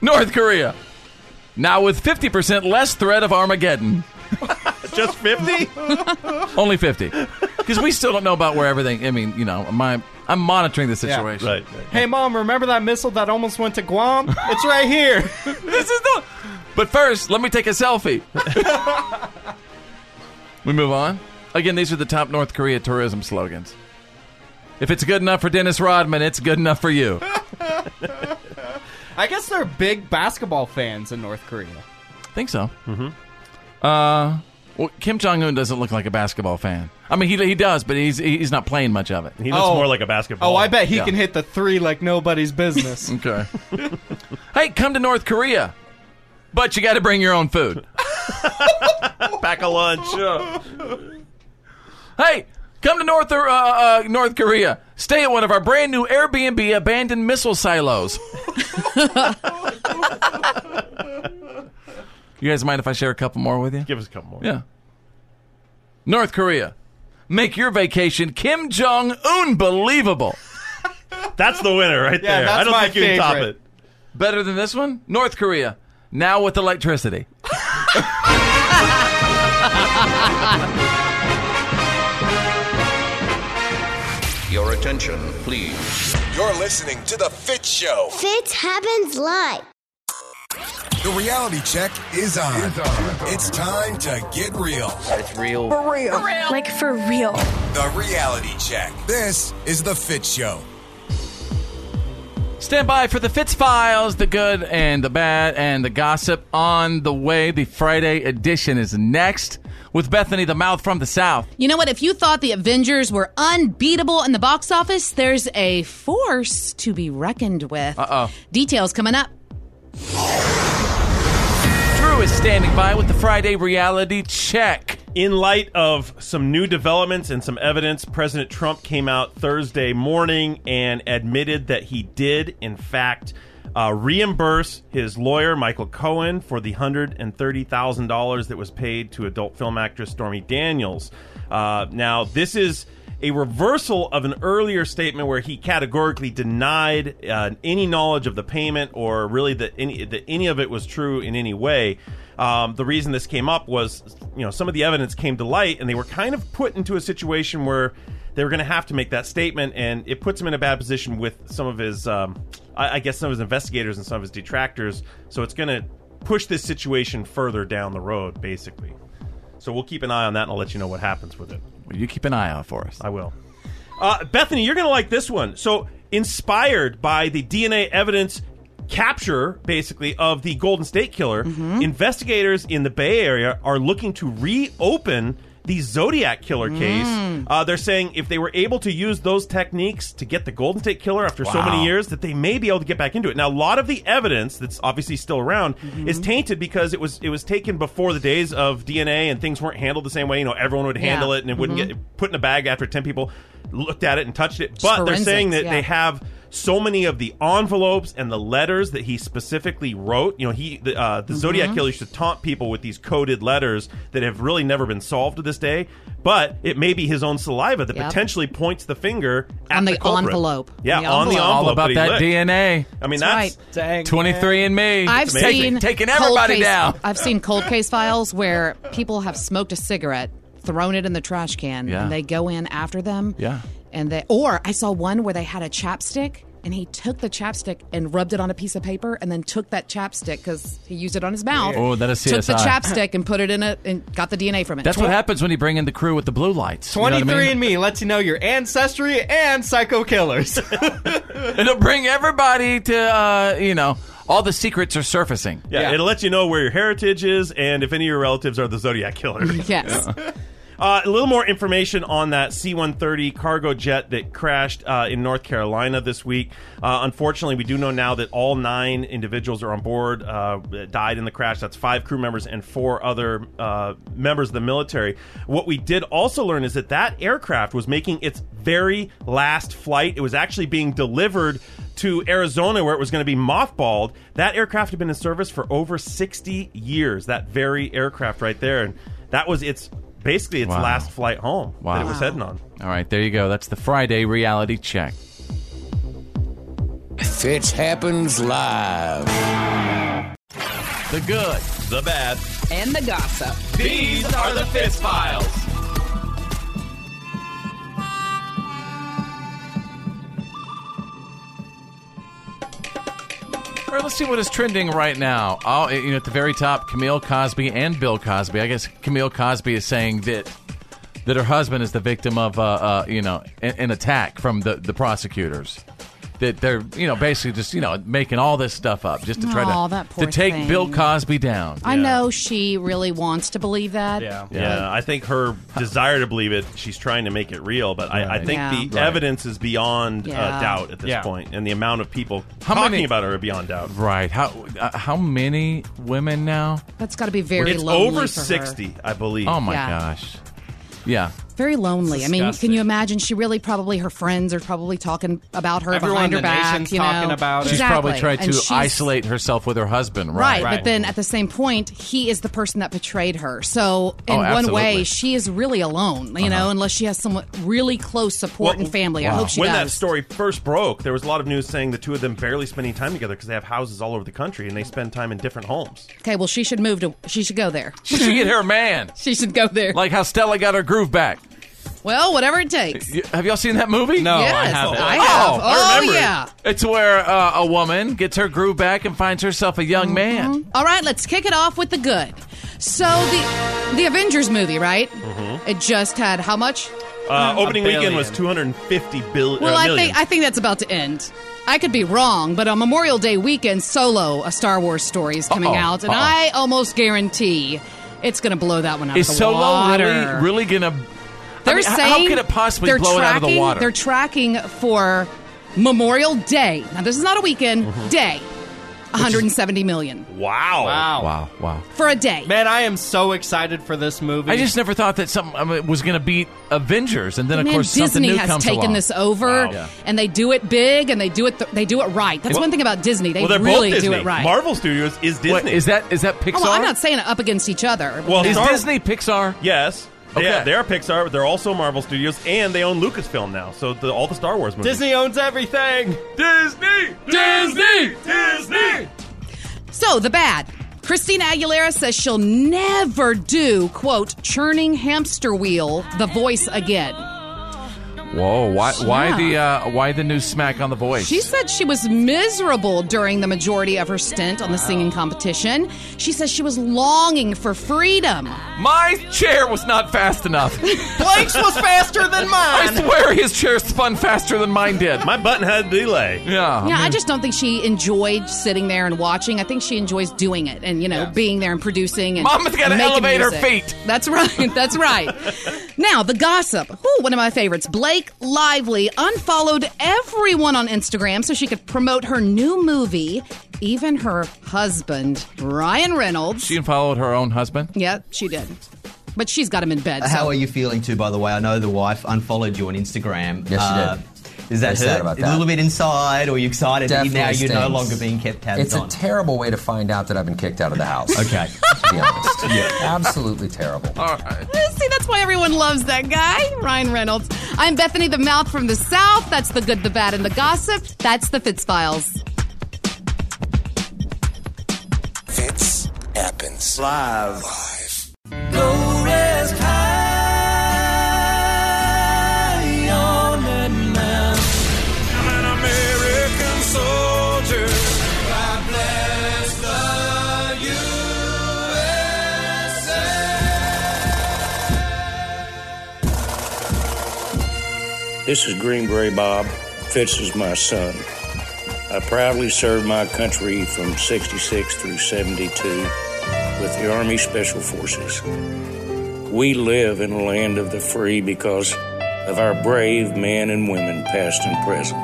Speaker 4: North Korea, now with fifty percent less threat of Armageddon.
Speaker 8: Just fifty?
Speaker 4: Only 50. Because we still don't know about where everything. I mean, you know, my, I'm monitoring the
Speaker 7: Yeah.
Speaker 4: situation.
Speaker 8: Right,
Speaker 7: Hey, mom, remember that missile that almost went to Guam? It's right here.
Speaker 4: this is the. But first, let me take a selfie. we move on. Again, these are the top North Korea tourism slogans. If it's good enough for Dennis Rodman, it's good enough for you.
Speaker 7: I guess they're big basketball fans in North Korea.
Speaker 4: Think so. Mm-hmm. Uh, well, Kim Jong Un doesn't look like a basketball fan. I mean, he he does, but he's he's not playing much of it.
Speaker 8: He looks more like a basketball.
Speaker 7: Oh, I bet he
Speaker 4: Yeah.
Speaker 7: can hit the three like nobody's business.
Speaker 4: okay. hey, come to North Korea, but you got to bring your own food.
Speaker 8: Pack a lunch.
Speaker 4: Hey, come to North uh, uh, North Korea. Stay at one of our brand new Airbnb abandoned missile silos. you guys mind if I share a couple more with you?
Speaker 8: Give us a couple more.
Speaker 4: Yeah. North Korea, make your vacation Kim Jong Un believable.
Speaker 8: that's the winner right
Speaker 4: Yeah,
Speaker 8: there.
Speaker 4: that's
Speaker 8: I don't
Speaker 4: my
Speaker 8: think you can top
Speaker 4: favorite.
Speaker 8: it.
Speaker 4: Better than this one? North Korea, now with electricity.
Speaker 16: Your attention, please.
Speaker 1: You're listening to The Fit Show.
Speaker 10: Fits happens live.
Speaker 1: The reality check is on. It's, time to get real. It's real.
Speaker 13: For real. Like for real.
Speaker 1: The reality check. This is The Fit Show.
Speaker 4: Stand by for the Fitz Files, the good and the bad and the gossip on the way. The Friday edition is next with Bethany, the mouth from the south.
Speaker 6: You know what? If you thought the Avengers were unbeatable in the box office, there's a force to be reckoned with.
Speaker 4: Uh oh.
Speaker 6: Details coming up.
Speaker 4: Drew is standing by with the Friday reality check.
Speaker 8: In light of some new developments and some evidence, President Trump came out Thursday morning and admitted that he did, in fact, uh, reimburse his lawyer, Michael Cohen, for the $130,000 that was paid to adult film actress Stormy Daniels. Uh, now, this is a reversal of an earlier statement where he categorically denied uh, any knowledge of the payment or really that any that any of it was true in any way. Um, the reason this came up was, you know, some of the evidence came to light, and they were kind of put into a situation where they were going to have to make that statement, and it puts him in a bad position with some of his, um, I, I guess, some of his investigators and some of his detractors. So it's going to push this situation further down the road, basically. So we'll keep an eye on that, and I'll let you know what happens with it.
Speaker 4: Will you keep an eye out for us?
Speaker 8: I will. Uh, Bethany, you're going to like this one. So, inspired by the DNA evidence capture, basically, of
Speaker 21: Mm-hmm.
Speaker 8: the Golden State Killer, investigators in the Bay Area are looking to reopen the Zodiac Killer case.
Speaker 21: Mm.
Speaker 8: Uh, they're saying if they were able to use those techniques to get the Golden State Killer after so
Speaker 21: Wow.
Speaker 8: many years, that they may be able to get back into it. Now, a lot of the evidence that's obviously still around
Speaker 21: Mm-hmm.
Speaker 8: is tainted because it was it was taken before the days of DNA and things weren't handled the same way. You know, everyone would
Speaker 21: Yeah.
Speaker 8: handle it and it wouldn't
Speaker 6: Mm-hmm.
Speaker 21: Mhm.
Speaker 8: get put in a bag after ten people looked at it and touched it. But they're
Speaker 21: forensics,
Speaker 8: saying that
Speaker 21: yeah.
Speaker 8: they have so many of the envelopes and the letters that he specifically wrote. You know, he the, uh,
Speaker 6: Mm-hmm.
Speaker 8: the Zodiac
Speaker 21: Mhm.
Speaker 8: Killer used to taunt people with these coded letters that have really never been solved to this day. But it may be his own saliva that
Speaker 6: Yep.
Speaker 8: potentially points the finger at
Speaker 6: On
Speaker 8: the,
Speaker 6: the
Speaker 8: culprit.
Speaker 6: envelope.
Speaker 8: Yeah,
Speaker 6: The
Speaker 8: on the
Speaker 6: envelope.
Speaker 8: envelope.
Speaker 6: All
Speaker 4: about
Speaker 8: he
Speaker 4: that
Speaker 8: licked.
Speaker 4: DNA.
Speaker 8: I mean,
Speaker 6: That's
Speaker 8: that's,
Speaker 6: right. Dang,
Speaker 4: 23 and me.
Speaker 6: I've seen
Speaker 4: taking
Speaker 6: cold
Speaker 4: everybody
Speaker 6: case-
Speaker 4: down.
Speaker 6: I've seen cold case files where people have smoked a cigarette, thrown it in the trash can,
Speaker 4: Yeah.
Speaker 6: and they go in after them.
Speaker 4: Yeah.
Speaker 6: And they or I saw one where they had a chapstick and he took the chapstick and rubbed it on a piece of paper and then took that chapstick because he used it on his mouth.
Speaker 4: Oh, that is
Speaker 6: Took the
Speaker 4: CSI.
Speaker 6: chapstick and put it in it and got the DNA from it.
Speaker 4: That's what
Speaker 6: Tw-
Speaker 4: happens when you bring in the crew with the blue lights. You know what I mean?
Speaker 7: 23 and Me lets you know your ancestry and psycho killers.
Speaker 4: It'll bring everybody to, uh, you know, all the secrets are surfacing.
Speaker 8: yeah, it'll let you know where your heritage is and if any of your relatives are the Zodiac Killer.
Speaker 6: Yes.
Speaker 8: Uh, a little more information on that C 130 cargo jet that crashed uh, in North Carolina this week. Uh, unfortunately, we do know now that all nine individuals are on board uh, that died in the crash. That's five crew members and four other uh, members of the military. What we did also learn is that that aircraft was making its very last flight. It was actually being delivered to Arizona where it was going to be mothballed. That aircraft had been in service for over 60 years, that very aircraft right there. And that was its basically its
Speaker 4: Wow.
Speaker 8: last flight home
Speaker 4: Wow.
Speaker 8: that it was heading on.
Speaker 4: All right, there you go. That's the Friday reality check.
Speaker 16: Fitz happens live.
Speaker 4: The good,
Speaker 8: the bad,
Speaker 6: and the gossip.
Speaker 16: These are the Fitz Files.
Speaker 4: All right, let's see what is trending right now. Oh, you know, at the very top, Camille Cosby and Bill Cosby. I guess Camille Cosby is saying that that her husband is the victim of, uh, uh, you know, an, an attack from the, the prosecutors. That they're, you know, basically just, you know, making all this stuff up just to try
Speaker 6: Aw,
Speaker 4: to
Speaker 6: that
Speaker 4: to
Speaker 6: poor
Speaker 4: take
Speaker 6: thing.
Speaker 4: Bill Cosby down.
Speaker 6: I know she really wants to believe that.
Speaker 8: Yeah, I think her desire to believe it, she's trying to make it real, but I, I think
Speaker 6: Yeah.
Speaker 8: the
Speaker 6: Right.
Speaker 8: evidence is beyond
Speaker 6: Yeah.
Speaker 8: uh, doubt at this
Speaker 4: Yeah.
Speaker 8: point, and the amount of people
Speaker 4: How
Speaker 8: talking
Speaker 4: many-
Speaker 8: about her are beyond doubt.
Speaker 4: Right? How uh, how many women now?
Speaker 6: That's got to be very
Speaker 8: it's
Speaker 6: lonely.
Speaker 8: over
Speaker 6: for her.
Speaker 8: 60, I believe.
Speaker 4: Oh my
Speaker 6: Yeah.
Speaker 4: gosh! Yeah,
Speaker 6: Very lonely. I mean,
Speaker 4: Disgusting.
Speaker 6: can you imagine? She really probably her friends are probably talking about her
Speaker 7: Everyone
Speaker 6: behind her
Speaker 7: in the
Speaker 6: back.
Speaker 7: nation's
Speaker 6: you know,
Speaker 7: talking about it.
Speaker 4: she's probably
Speaker 6: Exactly.
Speaker 4: tried
Speaker 6: And
Speaker 4: to
Speaker 6: she's-
Speaker 4: isolate herself with her husband.
Speaker 6: Right,
Speaker 4: Right,
Speaker 6: but then at the same point, he is the person that betrayed her. So in
Speaker 4: Oh,
Speaker 6: one way,
Speaker 4: absolutely. Uh-huh.
Speaker 6: she is really alone. You know, unless she has someone really close support and family. I hope she
Speaker 8: when that
Speaker 6: does.
Speaker 8: story first broke, there was a lot of news saying the two of them barely spending time together because they have houses all over the country and they spend time in different homes.
Speaker 6: okay, well, she should move to. She should go there.
Speaker 4: she should get her man.
Speaker 6: She should go there.
Speaker 4: Like how Stella got her groove back.
Speaker 6: Well, whatever it takes.
Speaker 4: Y- Have y'all seen that movie? No,
Speaker 6: Yes, I haven't. I have. Oh,
Speaker 4: remember it.
Speaker 6: yeah.
Speaker 4: It's where uh, a woman gets her groove back and finds herself a
Speaker 6: Mm-hmm.
Speaker 4: young man.
Speaker 6: All right, let's kick it off with the good. So the the Avengers movie, right?
Speaker 4: Mm-hmm.
Speaker 8: Mhm.
Speaker 6: It just had how much?
Speaker 8: Uh, opening
Speaker 6: A
Speaker 8: weekend was
Speaker 6: billion.
Speaker 8: 250 bill-
Speaker 6: Well,
Speaker 8: uh,
Speaker 6: I
Speaker 8: million.
Speaker 6: think I think that's about to end. I could be wrong, but on Memorial Day weekend, Solo, a Star Wars story, is coming
Speaker 4: Uh-oh.
Speaker 6: out, and
Speaker 4: Uh-oh.
Speaker 6: I almost guarantee it's going to blow that one out
Speaker 4: Is
Speaker 6: of the
Speaker 4: Solo
Speaker 6: water.
Speaker 4: really, really gonna?
Speaker 6: They're
Speaker 4: I mean, h-
Speaker 6: saying
Speaker 4: how could it possibly
Speaker 6: they're
Speaker 4: blow it out of the
Speaker 6: tracking-
Speaker 4: water?
Speaker 6: They're tracking for Memorial Day. Now, this is not a weekend
Speaker 4: Mhm.
Speaker 6: day. 170 million
Speaker 8: Wow.
Speaker 7: Wow.
Speaker 4: Wow. Wow.
Speaker 6: for a day.
Speaker 7: Man, I am so excited for this movie.
Speaker 4: I just never thought that something I mean, was gonna beat Avengers, and then of
Speaker 6: Man,
Speaker 4: course something
Speaker 6: Disney
Speaker 4: new
Speaker 6: has
Speaker 4: comes
Speaker 6: taken
Speaker 4: along.
Speaker 6: this over,
Speaker 4: Wow. Yeah.
Speaker 6: and they do it big, and they do it th- they do it right. That's
Speaker 4: Well-
Speaker 6: one thing about Disney; they
Speaker 8: well, they're
Speaker 6: really
Speaker 8: both Disney.
Speaker 6: do it right.
Speaker 8: Marvel Studios is Disney.
Speaker 4: What, is that is that Pixar?
Speaker 6: Oh, well, I'm not saying it up against each other. but-
Speaker 4: is Disney Pixar?
Speaker 8: Yes. Yeah, they are Pixar, but they're also Marvel Studios, and they own Lucasfilm now. So the, all the Star Wars movies.
Speaker 7: Disney owns everything.
Speaker 8: Disney!
Speaker 7: Disney!
Speaker 8: Disney!
Speaker 6: So the bad. Christina Aguilera says she'll never do quote churning hamster wheel the voice again.
Speaker 4: Whoa! Why? Why the? Uh, why the new smack on the voice?
Speaker 6: She said she was miserable during the majority of her stint on the singing competition. She says she was longing for freedom.
Speaker 4: My chair was not fast enough.
Speaker 7: Blake's was faster than mine.
Speaker 4: I swear his chair spun faster than mine did.
Speaker 8: My button had a delay.
Speaker 4: Yeah.
Speaker 6: Yeah, I just don't think she enjoyed sitting there and watching. I think she enjoys doing it and you know being there and producing. And
Speaker 4: Mama's gotta
Speaker 6: making
Speaker 4: elevate her
Speaker 6: music.
Speaker 4: feet.
Speaker 6: That's right. That's right. now the gossip. Ooh, one of my favorites. Blake Lively unfollowed everyone on Instagram so she could promote her new movie. Even her husband, Ryan Reynolds.
Speaker 4: She followed her own husband.
Speaker 6: Yeah, she did. But she's got him in bed.
Speaker 14: How
Speaker 6: so-
Speaker 14: are you feeling too, by the way? I know the wife unfollowed you on Instagram. Uh,
Speaker 15: Yes, she
Speaker 14: Is that
Speaker 15: Very sad
Speaker 14: hurt?
Speaker 15: about
Speaker 14: A
Speaker 15: that.
Speaker 14: little bit inside, or are you excited that
Speaker 15: Definitely
Speaker 14: now you're no
Speaker 15: stings.
Speaker 14: longer being kept tabs
Speaker 15: It's
Speaker 14: on?
Speaker 15: a terrible way to find out that I've been kicked out of the house.
Speaker 14: Okay.
Speaker 15: to be honest. Absolutely terrible.
Speaker 4: All right.
Speaker 6: See, that's why everyone loves that guy, Ryan Reynolds. I'm Bethany the Mouth from the South. That's the good, the bad, and the gossip. That's the Fitz Files.
Speaker 1: Fits happens live. Live.
Speaker 3: I'm an American soldier. I bless the USA.
Speaker 21: This is Green Gray Bob. Fitz is my son. I proudly served my country from 66 through 72 with the Army Special Forces. We live in a land of the free because of our brave men and women, past and present.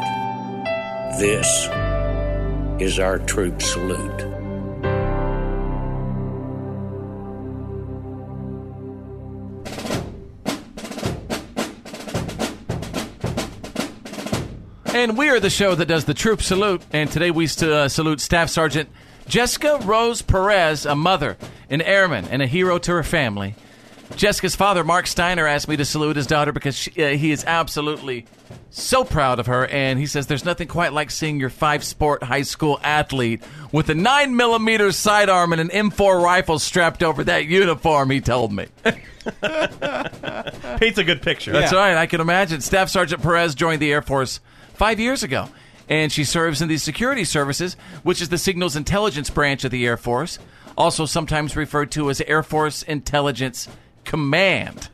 Speaker 21: This is our troop salute.
Speaker 4: And we are the show that does the troop salute. And today we st- uh, salute Staff Sergeant Jessica Rose Perez, a mother, an airman, and a hero to her family. Jessica's father, Mark Steiner, asked me to salute his daughter because she, uh, he is absolutely so proud of her. And he says, There's nothing quite like seeing your five sport high school athlete with a 9mm sidearm and an M4 rifle strapped over that uniform, he told me.
Speaker 8: Paints a good picture.
Speaker 4: That's right. I can imagine. Staff Sergeant Perez joined the Air Force five years ago, and she serves in the Security Services, which is the Signals Intelligence branch of the Air Force, also sometimes referred to as Air Force Intelligence Command.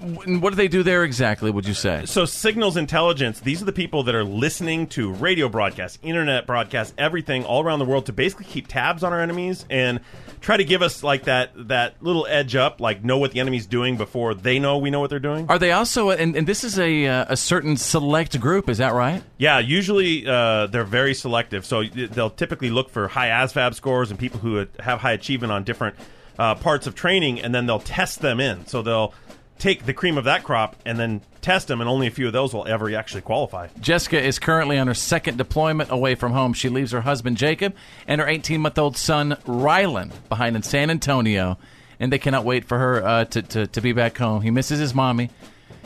Speaker 4: W- What do they do there exactly, would you say?
Speaker 8: So, signals intelligence, these are the people that are listening to radio broadcasts, internet broadcasts, everything all around the world to basically keep tabs on our enemies and try to give us like that that little edge up, like know what the enemy's doing before they know we know what they're doing.
Speaker 4: Are they also, and, and this is a, uh, a certain select group, is that right?
Speaker 8: Yeah, usually uh, they're very selective. So y- they'll typically look for high ASVAB scores and people who have high achievement on different uh, parts of training, and then they'll test them in. So they'll take the cream of that crop and then test them, and only a few of those will ever actually qualify.
Speaker 4: Jessica is currently on her second deployment away from home. She leaves her husband Jacob and her 18 month old son Rylan behind in San Antonio, and they cannot wait for her uh, to, to, to be back home. He misses his mommy.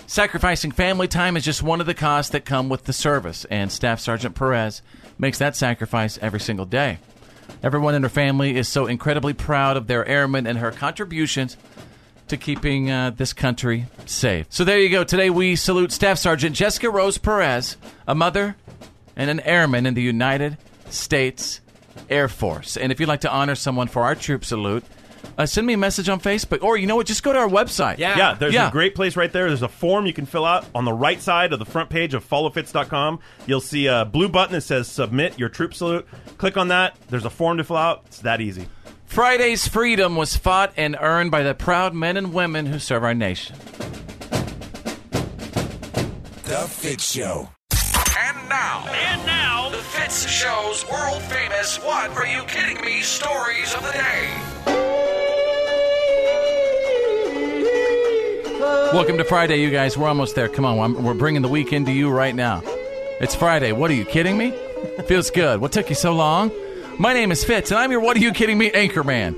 Speaker 4: Sacrificing family time is just one of the costs that come with the service, and Staff Sergeant Perez makes that sacrifice every single day. Everyone in her family is so incredibly proud of their airmen and her contributions to keeping uh, this country safe. So there you go. Today we salute Staff Sergeant Jessica Rose Perez, a mother and an airman in the United States Air Force. And if you'd like to honor someone for our troop salute, uh, send me a message on Facebook, or you know what? Just go to our website.
Speaker 8: Yeah, there's a great place right there. There's a form you can fill out on the right side of the front page of followfits.com. You'll see a blue button that says submit your troop salute. Click on that. There's a form to fill out. It's that easy.
Speaker 4: Friday's freedom was fought and earned by the proud men and women who serve our nation.
Speaker 1: The Fit Show.
Speaker 16: And now, and now, the Fitz Show's world famous What Are You Kidding Me stories of the day.
Speaker 4: Welcome to Friday, you guys. We're almost there. Come on, I'm- we're bringing the weekend to you right now. It's Friday. What are you kidding me? Feels good. What took you so long? My name is Fitz, and I'm your What Are You Kidding Me anchor man.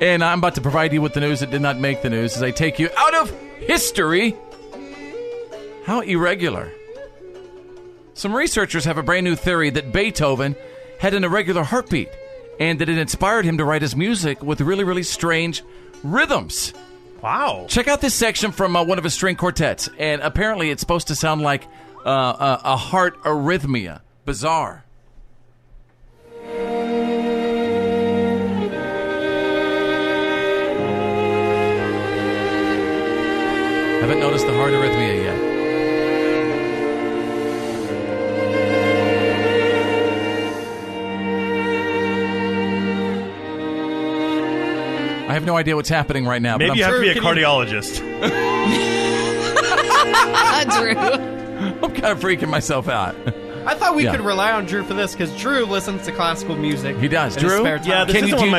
Speaker 4: And I'm about to provide you with the news that did not make the news as I take you out of history. How irregular. Some researchers have a brand new theory that Beethoven had an irregular heartbeat and that it inspired him to write his music with really, really strange rhythms.
Speaker 8: Wow.
Speaker 4: Check out this section from uh, one of his string quartets, and apparently it's supposed to sound like uh, a, a heart arrhythmia. Bizarre. Haven't noticed the heart arrhythmia yet. I have no idea what's happening right now. but
Speaker 8: Maybe
Speaker 4: I'm
Speaker 8: you have to
Speaker 4: sure-
Speaker 8: be a
Speaker 4: Can you-
Speaker 8: cardiologist.
Speaker 4: I'm kind of freaking myself out.
Speaker 7: I thought we
Speaker 4: Yeah.
Speaker 7: could rely on Drew for this because Drew listens to classical music.
Speaker 4: He does.
Speaker 7: in his
Speaker 4: Drew,
Speaker 7: spare time.
Speaker 4: Can you- do you- Do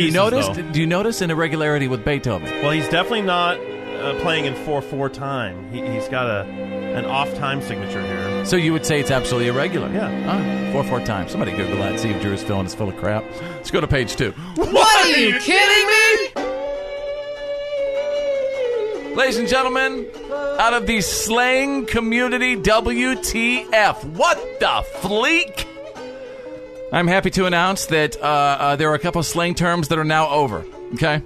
Speaker 4: you
Speaker 8: pieces,
Speaker 4: notice?
Speaker 8: though.
Speaker 4: Do you notice an irregularity with Beethoven?
Speaker 8: Well, he's definitely not uh, playing in four four time. He, he's got a an off time signature here.
Speaker 4: So you would say it's absolutely irregular.
Speaker 8: Yeah.
Speaker 4: Ah, four four times. Somebody Google that. and See if Drew's feeling is full of crap. Let's go to page two.
Speaker 3: What are you kidding me?
Speaker 4: Ladies and gentlemen, out of the slang community, WTF. What the fleek? I'm happy to announce that uh, uh, there are a couple of slang terms that are now over. Okay?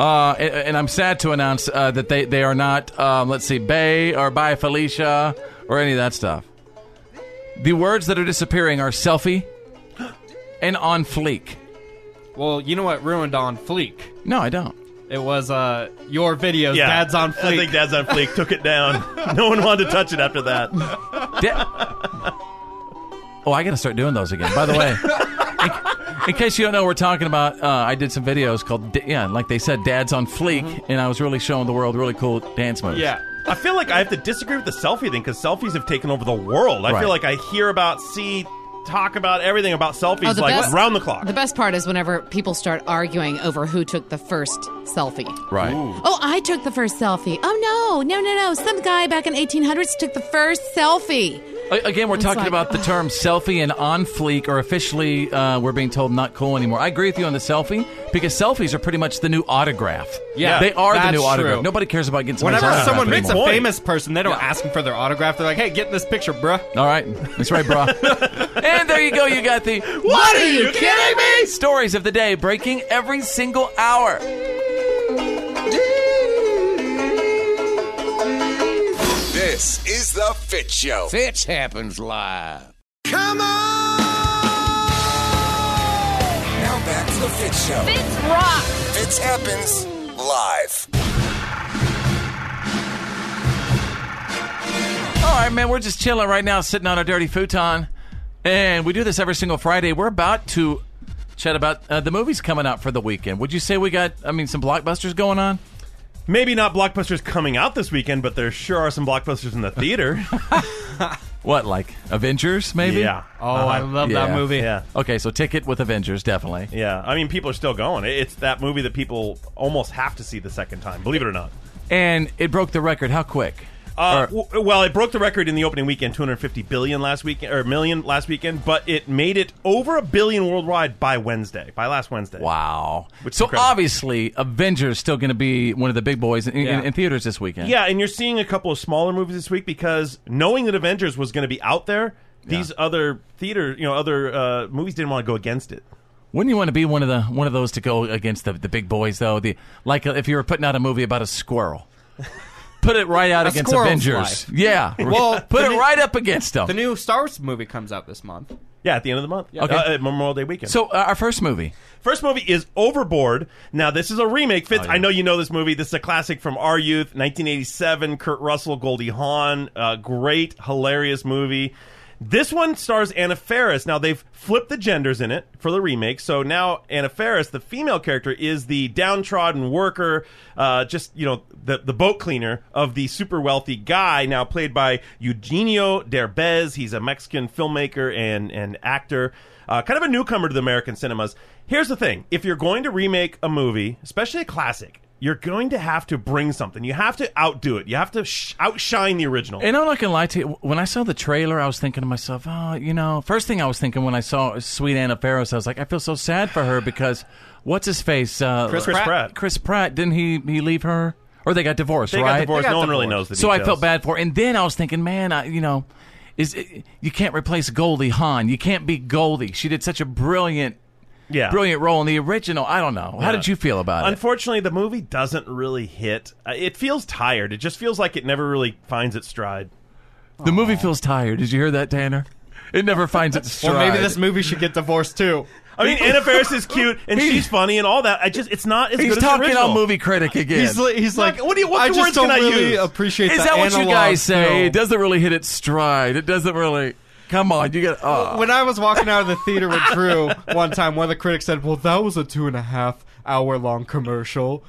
Speaker 4: Uh, and, and I'm sad to announce uh, that they, they are not, um, let's see, Bay or Bye Felicia or any of that stuff. The words that are disappearing are selfie and on fleek.
Speaker 7: Well, you know what ruined on fleek?
Speaker 4: No, I don't.
Speaker 7: It was uh, your videos.
Speaker 8: Yeah.
Speaker 7: Dad's on fleek.
Speaker 8: I think Dad's on fleek took it down. no one wanted to touch it after that.
Speaker 4: Oh, I got to start doing those again. By the way, in, in case you don't know, we're talking about. Uh, I did some videos called, D- yeah, like they said, "Dad's on Fleek,"
Speaker 7: Mm-hmm.
Speaker 4: and I was really showing the world really cool dance moves.
Speaker 8: Yeah. I feel like I have to disagree with the selfie thing because selfies have taken over the world. I
Speaker 4: Right.
Speaker 8: feel like I hear about, see, talk about everything about selfies
Speaker 6: Oh, the
Speaker 8: like
Speaker 6: best-
Speaker 8: round the clock.
Speaker 6: The best part is whenever people start arguing over who took the first selfie.
Speaker 4: Right.
Speaker 6: Oh, I took the first selfie. Oh no, no, no, no! Some guy back in 1800s took the first selfie.
Speaker 4: A- Again, we're
Speaker 6: It's
Speaker 4: talking
Speaker 6: like-
Speaker 4: about the term selfie and on fleek are officially, uh, we're being told, not cool anymore. I agree with you on the selfie because selfies are pretty much the new autograph.
Speaker 7: Yeah,
Speaker 4: They are the
Speaker 7: that's
Speaker 4: new autograph.
Speaker 7: true.
Speaker 4: Nobody cares about getting somebody's
Speaker 7: Whenever
Speaker 4: autograph
Speaker 7: someone makes
Speaker 4: anymore.
Speaker 7: a famous person, they don't ask them for their autograph. They're like, "Hey, get in this picture, bruh."
Speaker 4: All right, that's right, bruh. and there you go. You got the What,
Speaker 3: are you kidding
Speaker 4: me? Stories of the day breaking every single hour.
Speaker 1: This is the Fit Show.
Speaker 16: Fitz happens live.
Speaker 1: Come on! Now back to the Fit Show.
Speaker 16: Fitz rock.
Speaker 1: Fits happens live.
Speaker 4: All right, man, we're just chilling right now, sitting on a dirty futon, and we do this every single Friday. We're about to chat about uh, the movies coming out for the weekend. Would you say we got? I mean, some blockbusters going on.
Speaker 8: Maybe not blockbusters coming out this weekend, but there sure are some blockbusters in the theater.
Speaker 4: What like Avengers? Maybe.
Speaker 8: Yeah. Oh, I
Speaker 4: Uh-huh.
Speaker 8: love that movie. Yeah.
Speaker 4: Okay, so ticket with Avengers, definitely.
Speaker 8: yeah, I mean, people are still going. It- It's that movie that people almost have to see the second time, believe it or not.
Speaker 4: And it broke the record. How quick?
Speaker 8: Uh, w- well, it broke the record in the opening weekend, 250 billion last weekend or million last weekend, but it made it over a billion worldwide by Wednesday, by last Wednesday.
Speaker 4: Wow.
Speaker 8: Which is
Speaker 4: so
Speaker 8: incredible.
Speaker 4: obviously, Avengers still going to be one of the big boys in, in-
Speaker 8: Yeah.
Speaker 4: in theaters this weekend.
Speaker 8: Yeah, and you're seeing a couple of smaller movies this week because knowing that Avengers was going to be out there, these other theater, you know, other uh, movies didn't want to go against it.
Speaker 4: Wouldn't you want to be one of the one of those to go against the, the big boys though? The like uh, if you were putting out a movie about a squirrel, put it right out
Speaker 7: A
Speaker 4: against
Speaker 7: squirrel's
Speaker 4: Avengers.
Speaker 7: life.
Speaker 4: Yeah,
Speaker 7: Well,
Speaker 4: put
Speaker 7: the
Speaker 4: it
Speaker 7: new-
Speaker 4: right up against them.
Speaker 7: The new Star Wars movie comes out this month.
Speaker 8: Yeah, at the end of the month.
Speaker 4: Okay.
Speaker 8: Uh, at Memorial Day weekend.
Speaker 4: so uh, our first movie.
Speaker 8: First movie is Overboard. Now this is a remake. Fitz, I know you know this movie. This is a classic from our youth, 1987. Kurt Russell, Goldie Hawn. Uh, great, hilarious movie. This one stars Anna Faris. Now they've flipped the genders in it for the remake. So now Anna Faris, the female character, is the downtrodden worker, uh, just you know the the boat cleaner of the super wealthy guy. Now played by Eugenio Derbez. He's a Mexican filmmaker and and actor uh, kind of a newcomer to the American cinemas. Here's the thing: if you're going to remake a movie, especially a classic, you're going to have to bring something. You have to outdo it. You have to sh- outshine the original.
Speaker 4: And I'm not gonna lie to you. When I saw the trailer, I was thinking to myself, oh, you know, first thing I was thinking when I saw Sweet Anna Faris, I was like, I feel so sad for her because what's his face, uh,
Speaker 8: Chris Chris Pratt. Pratt.
Speaker 4: Chris Pratt, didn't he he leave her or they got divorced,
Speaker 8: They got
Speaker 4: right?
Speaker 8: divorced. They got No one really divorced. knows the
Speaker 4: So I
Speaker 8: details.
Speaker 4: felt bad for. her. And then I was thinking, man, I, you know, is it, you can't replace Goldie Hawn. You can't be Goldie. She did such a brilliant
Speaker 8: Yeah.
Speaker 4: brilliant role in the original. I don't know. How
Speaker 8: Yeah.
Speaker 4: did you feel about it?
Speaker 8: Unfortunately, the movie doesn't really hit. Uh, It feels tired. It just feels like it never really finds its stride.
Speaker 4: The movie feels tired. Did you hear that, Tanner? It never finds its stride.
Speaker 8: Well, maybe this
Speaker 3: movie should get divorced too.
Speaker 8: I mean, Anna Faris is cute and
Speaker 4: He's-
Speaker 8: she's funny and all that. I just it's not as
Speaker 4: He's
Speaker 8: good as the
Speaker 4: talking
Speaker 8: original.
Speaker 4: on movie critic again.
Speaker 8: He's li- he's like, what do you- what
Speaker 3: I
Speaker 8: words
Speaker 3: just don't
Speaker 8: can I
Speaker 3: really
Speaker 8: use?
Speaker 3: appreciate
Speaker 4: Is
Speaker 3: the
Speaker 4: that what you
Speaker 3: analog
Speaker 4: guys say?
Speaker 3: feel.
Speaker 4: It doesn't really hit its stride. It doesn't really. Come on, you get. Oh.
Speaker 3: When I was walking out of the theater with Drew one time, one of the critics said, "Well, that was a two and a half hour long commercial."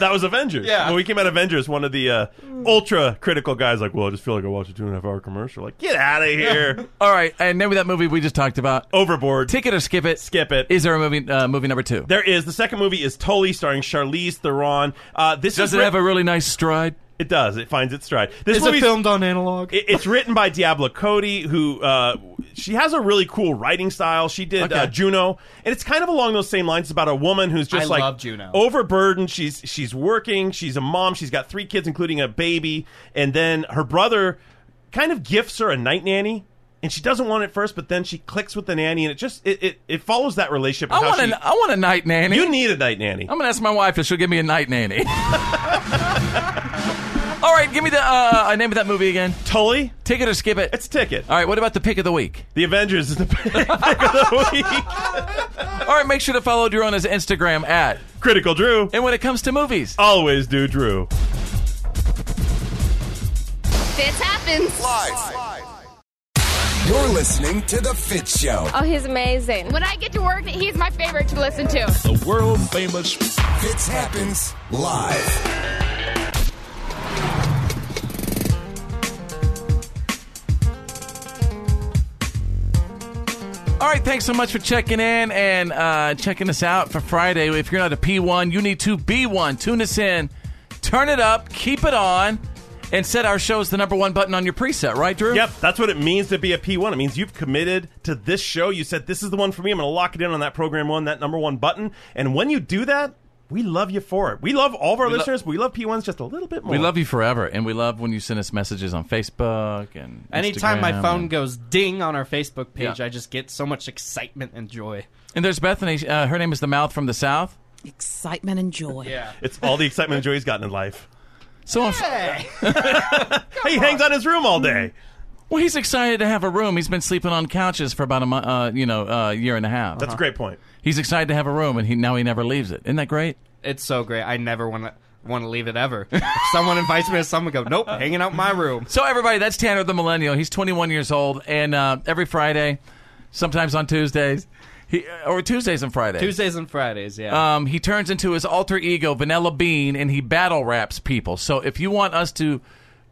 Speaker 8: That was Avengers.
Speaker 3: Yeah.
Speaker 8: When we came out Avengers, one of the uh, ultra critical guys like, well, I just feel like I watched a two and a half hour commercial. Like, get out of here.
Speaker 4: All right, and name of that movie we just talked about.
Speaker 8: Overboard.
Speaker 4: Tick it or skip it.
Speaker 8: Skip it.
Speaker 4: Is there a movie? Uh, movie number two.
Speaker 8: There is the second movie is Tully starring Charlize Theron. Uh, this
Speaker 4: Does
Speaker 8: is
Speaker 4: it
Speaker 8: writ-
Speaker 4: have a really nice stride?
Speaker 8: It does. It finds its stride. This
Speaker 3: Is it
Speaker 8: movie's-
Speaker 3: filmed on analog?
Speaker 8: It- it's written by Diablo Cody, who uh, she has a really cool writing style. She did
Speaker 3: Okay.
Speaker 8: uh, Juno, and it's kind of along those same lines. It's about a woman who's just
Speaker 3: I
Speaker 8: like
Speaker 3: love Juno.
Speaker 8: overburdened. She's she's working. She's a mom. She's got three kids, including a baby, and then her brother kind of gifts her a night nanny. And she doesn't want it first, but then she clicks with the nanny, and it just it, it, it follows that relationship. and
Speaker 4: I
Speaker 8: how
Speaker 4: want
Speaker 8: she-
Speaker 4: a, I want a night nanny.
Speaker 8: You need a night nanny.
Speaker 4: I'm gonna ask my wife if she'll give me a night nanny. All right, give me the uh, uh, name of that movie again.
Speaker 8: Tully.
Speaker 4: Ticket or skip it.
Speaker 8: It's ticket.
Speaker 4: All right, what about the pick of the week?
Speaker 8: The Avengers is the pick of
Speaker 4: the week. All right, make sure to follow Drew on his Instagram at
Speaker 8: Critical Drew.
Speaker 4: And when it comes to movies,
Speaker 8: always do Drew.
Speaker 10: Fits happens.
Speaker 1: You're listening to The Fit Show.
Speaker 10: Oh, he's amazing. When I get to work, he's my favorite to listen to.
Speaker 1: The world famous Fits Happens Live.
Speaker 4: All right, thanks so much for checking in and uh, checking us out for Friday. If you're not a P1, you need to be one. Tune us in, turn it up, keep it on, and set our show as the number one button on your preset, right, Drew?
Speaker 8: Yep, that's what it means to be a P1. It means you've committed to this show. You said, This is the one for me. I'm going to lock it in on that program one, that number one button. And when you do that, we love you for it. We love all of our
Speaker 4: We lo-
Speaker 8: listeners. we love P1s just a little bit more.
Speaker 4: We love you forever, and we love when you send us messages on Facebook and
Speaker 3: Anytime my
Speaker 4: Instagram
Speaker 3: phone
Speaker 4: and-
Speaker 3: goes ding on our Facebook page,
Speaker 4: Yeah.
Speaker 3: I just get so much excitement and joy.
Speaker 4: And there's Bethany. Uh, her name is the Mouth from the South.
Speaker 6: Excitement and joy.
Speaker 3: Yeah.
Speaker 8: It's all the excitement and joy he's gotten in life.
Speaker 4: So if-
Speaker 8: he hangs out in his room all day.
Speaker 4: Well, he's excited to have a room. He's been sleeping on couches for about a month, uh, you know, uh, year and a half.
Speaker 8: That's a great point.
Speaker 4: He's excited to have a room, and he now he never leaves it. Isn't that great?
Speaker 3: It's so great. I never want to want to leave it ever. if someone invites me to someone, go nope, hanging out in my room.
Speaker 4: So everybody, that's Tanner the Millennial. He's 21 years old, and uh, every Friday, sometimes on Tuesdays, he or Tuesdays and Fridays.
Speaker 3: Tuesdays and Fridays, yeah.
Speaker 4: Um, he turns into his alter ego, Vanilla Bean, and he battle raps people. So if you want us to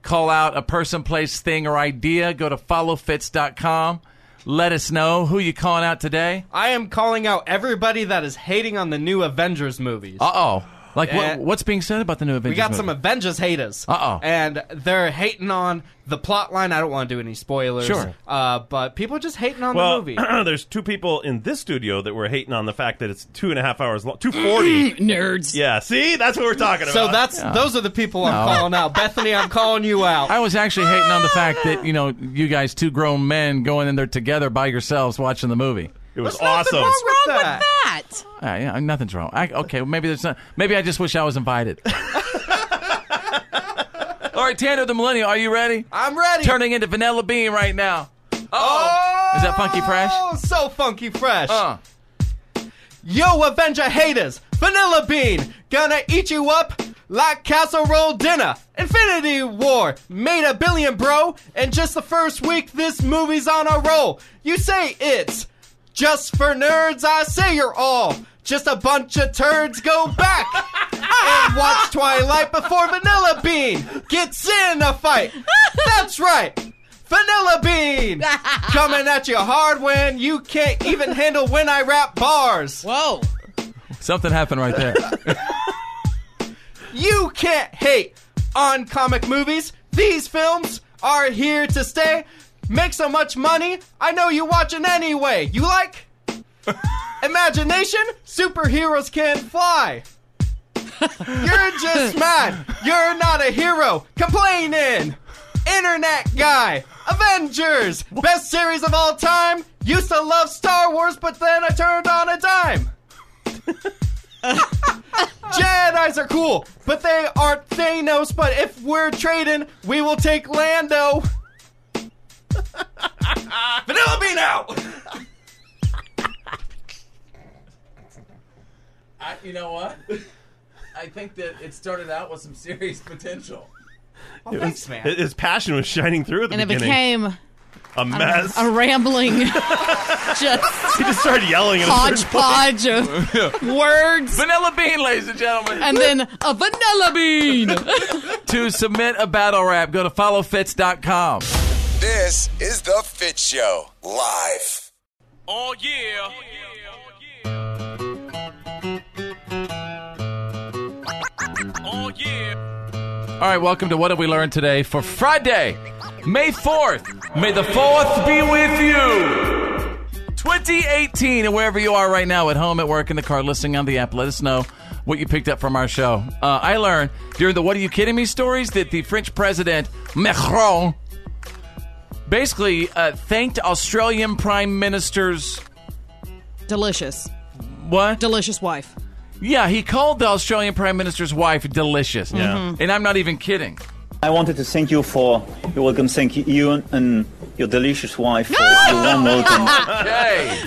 Speaker 4: call out a person, place, thing, or idea, go to followfits.com. Let us know who you calling out today.
Speaker 3: I am calling out everybody that is hating on the new Avengers movies.
Speaker 4: Uh oh. Like
Speaker 3: Eh.
Speaker 4: what, what's being said about the new Avengers?
Speaker 3: we got
Speaker 4: movie?
Speaker 3: some Avengers haters.
Speaker 4: Uh-oh.
Speaker 3: And they're hating on the plot line. I don't want to do any spoilers.
Speaker 8: Sure.
Speaker 3: Uh, but people are just hating on
Speaker 8: well,
Speaker 3: the movie.
Speaker 8: there's two people in this studio that were hating on the fact that it's two and a half hours long. 240.
Speaker 6: Nerds.
Speaker 8: yeah, see? That's what we're talking about.
Speaker 3: So that's those are the people I'm
Speaker 4: No.
Speaker 3: calling out. Bethany, I'm calling you out.
Speaker 4: I was actually hating on the fact that you know you guys, two grown men, going in there together by yourselves watching the movie.
Speaker 8: It was
Speaker 3: What's
Speaker 8: awesome.
Speaker 3: wrong with that?
Speaker 6: That.
Speaker 4: Uh, yeah, nothing's wrong. I, okay, maybe there's not. Maybe I just wish I was invited. All right, Tanner the Millennial, are you ready?
Speaker 3: I'm ready.
Speaker 4: Turning into Vanilla Bean right now.
Speaker 3: Oh,
Speaker 4: Is that Funky Fresh?
Speaker 3: Oh, so funky fresh.
Speaker 4: Uh.
Speaker 3: Yo, Avenger haters, Vanilla Bean, gonna eat you up like casserole dinner. Infinity War made a billion, bro. And just the first week, this movie's on a roll. You say it's just for nerds, I say you're all just a bunch of turds. Go back and watch Twilight before Vanilla Bean gets in a fight. That's right. Vanilla Bean coming at you hard when you can't even handle when I rap bars.
Speaker 6: Whoa.
Speaker 4: Something happened right there.
Speaker 3: You can't hate on comic movies. These films are here to stay. Make so much money, I know you watching anyway. You like? Imagination? Superheroes can fly. You're just mad. You're not a hero. Complaining.
Speaker 7: internet guy. Avengers, best series of all time. Used to love Star Wars, but then I turned on a dime. Jedi's are cool, but they aren't Thanos. But if we're trading, we will take Lando. Vanilla Bean out.
Speaker 22: I, you know what? I think that it started out with some serious potential.
Speaker 8: It was- His passion was shining through at the
Speaker 6: and it
Speaker 8: beginning.
Speaker 6: became
Speaker 8: a
Speaker 6: I don't know,
Speaker 8: mess.
Speaker 6: a rambling, just
Speaker 8: he just started yelling at a certain
Speaker 6: hodgepodge of words.
Speaker 4: Vanilla bean, ladies and gentlemen.
Speaker 6: and then a vanilla bean.
Speaker 4: to submit a battle rap, go to followfits.com.
Speaker 1: This is The Fit Show, live.
Speaker 16: Oh yeah. Oh yeah.
Speaker 4: All right, welcome to What Have We Learned Today for Friday, May 4th. May the 4th be with you. 2018, and wherever you are right now, at home, at work, in the car, listening on the app, let us know what you picked up from our show. Uh, I learned during the What Are You Kidding Me stories that the French president, Macron, basically uh, thanked Australian prime ministers.
Speaker 6: Delicious.
Speaker 4: What?
Speaker 6: Delicious wife.
Speaker 4: Yeah, he called the Australian prime minister's wife delicious. Mm-hmm.
Speaker 9: Yeah. Mhm.
Speaker 4: And I'm not even kidding.
Speaker 9: I wanted to thank you for your welcome. Thank you and, and your delicious wife for your warm welcome.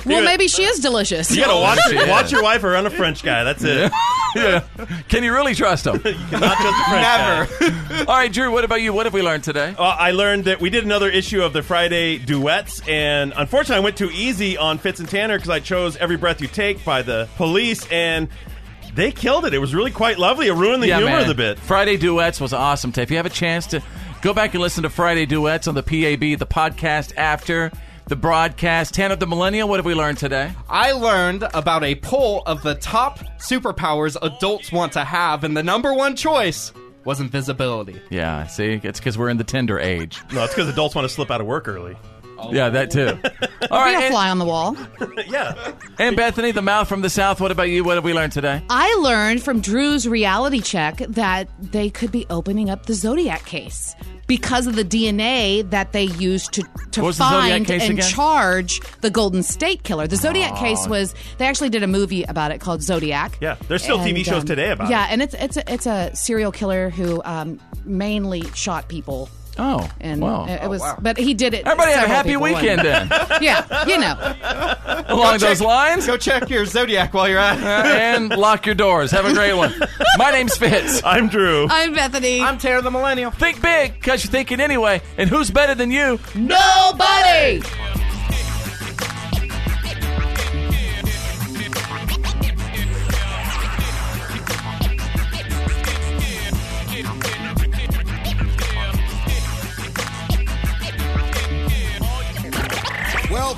Speaker 6: Well, maybe she is delicious.
Speaker 8: You gotta watch watch your wife around a French guy. That's it.
Speaker 4: Yeah. Can you really trust him? you
Speaker 8: cannot trust a French guy.
Speaker 4: All right, Drew, what about you? What have we learned today?
Speaker 8: Uh, I learned that we did another issue of the Friday duets, and unfortunately, I went too easy on Fitz and Tanner because I chose "Every Breath You Take" by the Police, and they killed it. It was really quite lovely. It ruined the
Speaker 4: Yeah,
Speaker 8: humor
Speaker 4: man.
Speaker 8: of the bit.
Speaker 4: Friday Duets was awesome. If you have a chance to go back and listen to Friday Duets on the PAB, the podcast after the broadcast. Tanner the Millennial, what have we learned today?
Speaker 7: I learned about a poll of the top superpowers adults want to have, and the number one choice was invisibility.
Speaker 4: Yeah, see, it's because we're in the Tinder age.
Speaker 8: No, it's because adults want to slip out of work early. Oh.
Speaker 4: Yeah, that too. All
Speaker 6: Be
Speaker 4: right,
Speaker 6: a
Speaker 4: and,
Speaker 6: fly on the wall.
Speaker 4: and Bethany, the mouth from the south. What about you? What have we learned today?
Speaker 6: I learned from Drew's reality check that they could be opening up the Zodiac case because of the DNA that they used to,
Speaker 23: What
Speaker 6: to
Speaker 23: was the Zodiac
Speaker 6: find
Speaker 23: case
Speaker 6: and
Speaker 23: again?
Speaker 6: charge the Golden State Killer. The Zodiac
Speaker 8: Oh.
Speaker 6: case was they actually did a movie about it called Zodiac.
Speaker 8: Yeah, there's still TV
Speaker 6: And,
Speaker 8: shows
Speaker 6: um,
Speaker 8: today about
Speaker 6: yeah,
Speaker 8: it.
Speaker 6: and it's it's a, it's a serial killer who um, mainly shot people.
Speaker 4: Oh,
Speaker 6: and
Speaker 4: wow.
Speaker 6: it, it
Speaker 4: Oh,
Speaker 6: was,
Speaker 4: wow.
Speaker 6: but he did it.
Speaker 4: Everybody have a
Speaker 6: several
Speaker 4: happy
Speaker 6: people, and-
Speaker 4: weekend then.
Speaker 6: yeah, you know.
Speaker 4: Along those lines?
Speaker 7: Go check your zodiac while you're at it.
Speaker 4: and lock your doors. Have a great one. My name's Fitz.
Speaker 8: I'm Drew.
Speaker 6: I'm Bethany.
Speaker 7: I'm Tanner the Millennial.
Speaker 4: Think big, because you're thinking anyway. And who's better than you?
Speaker 6: Nobody!
Speaker 1: Well,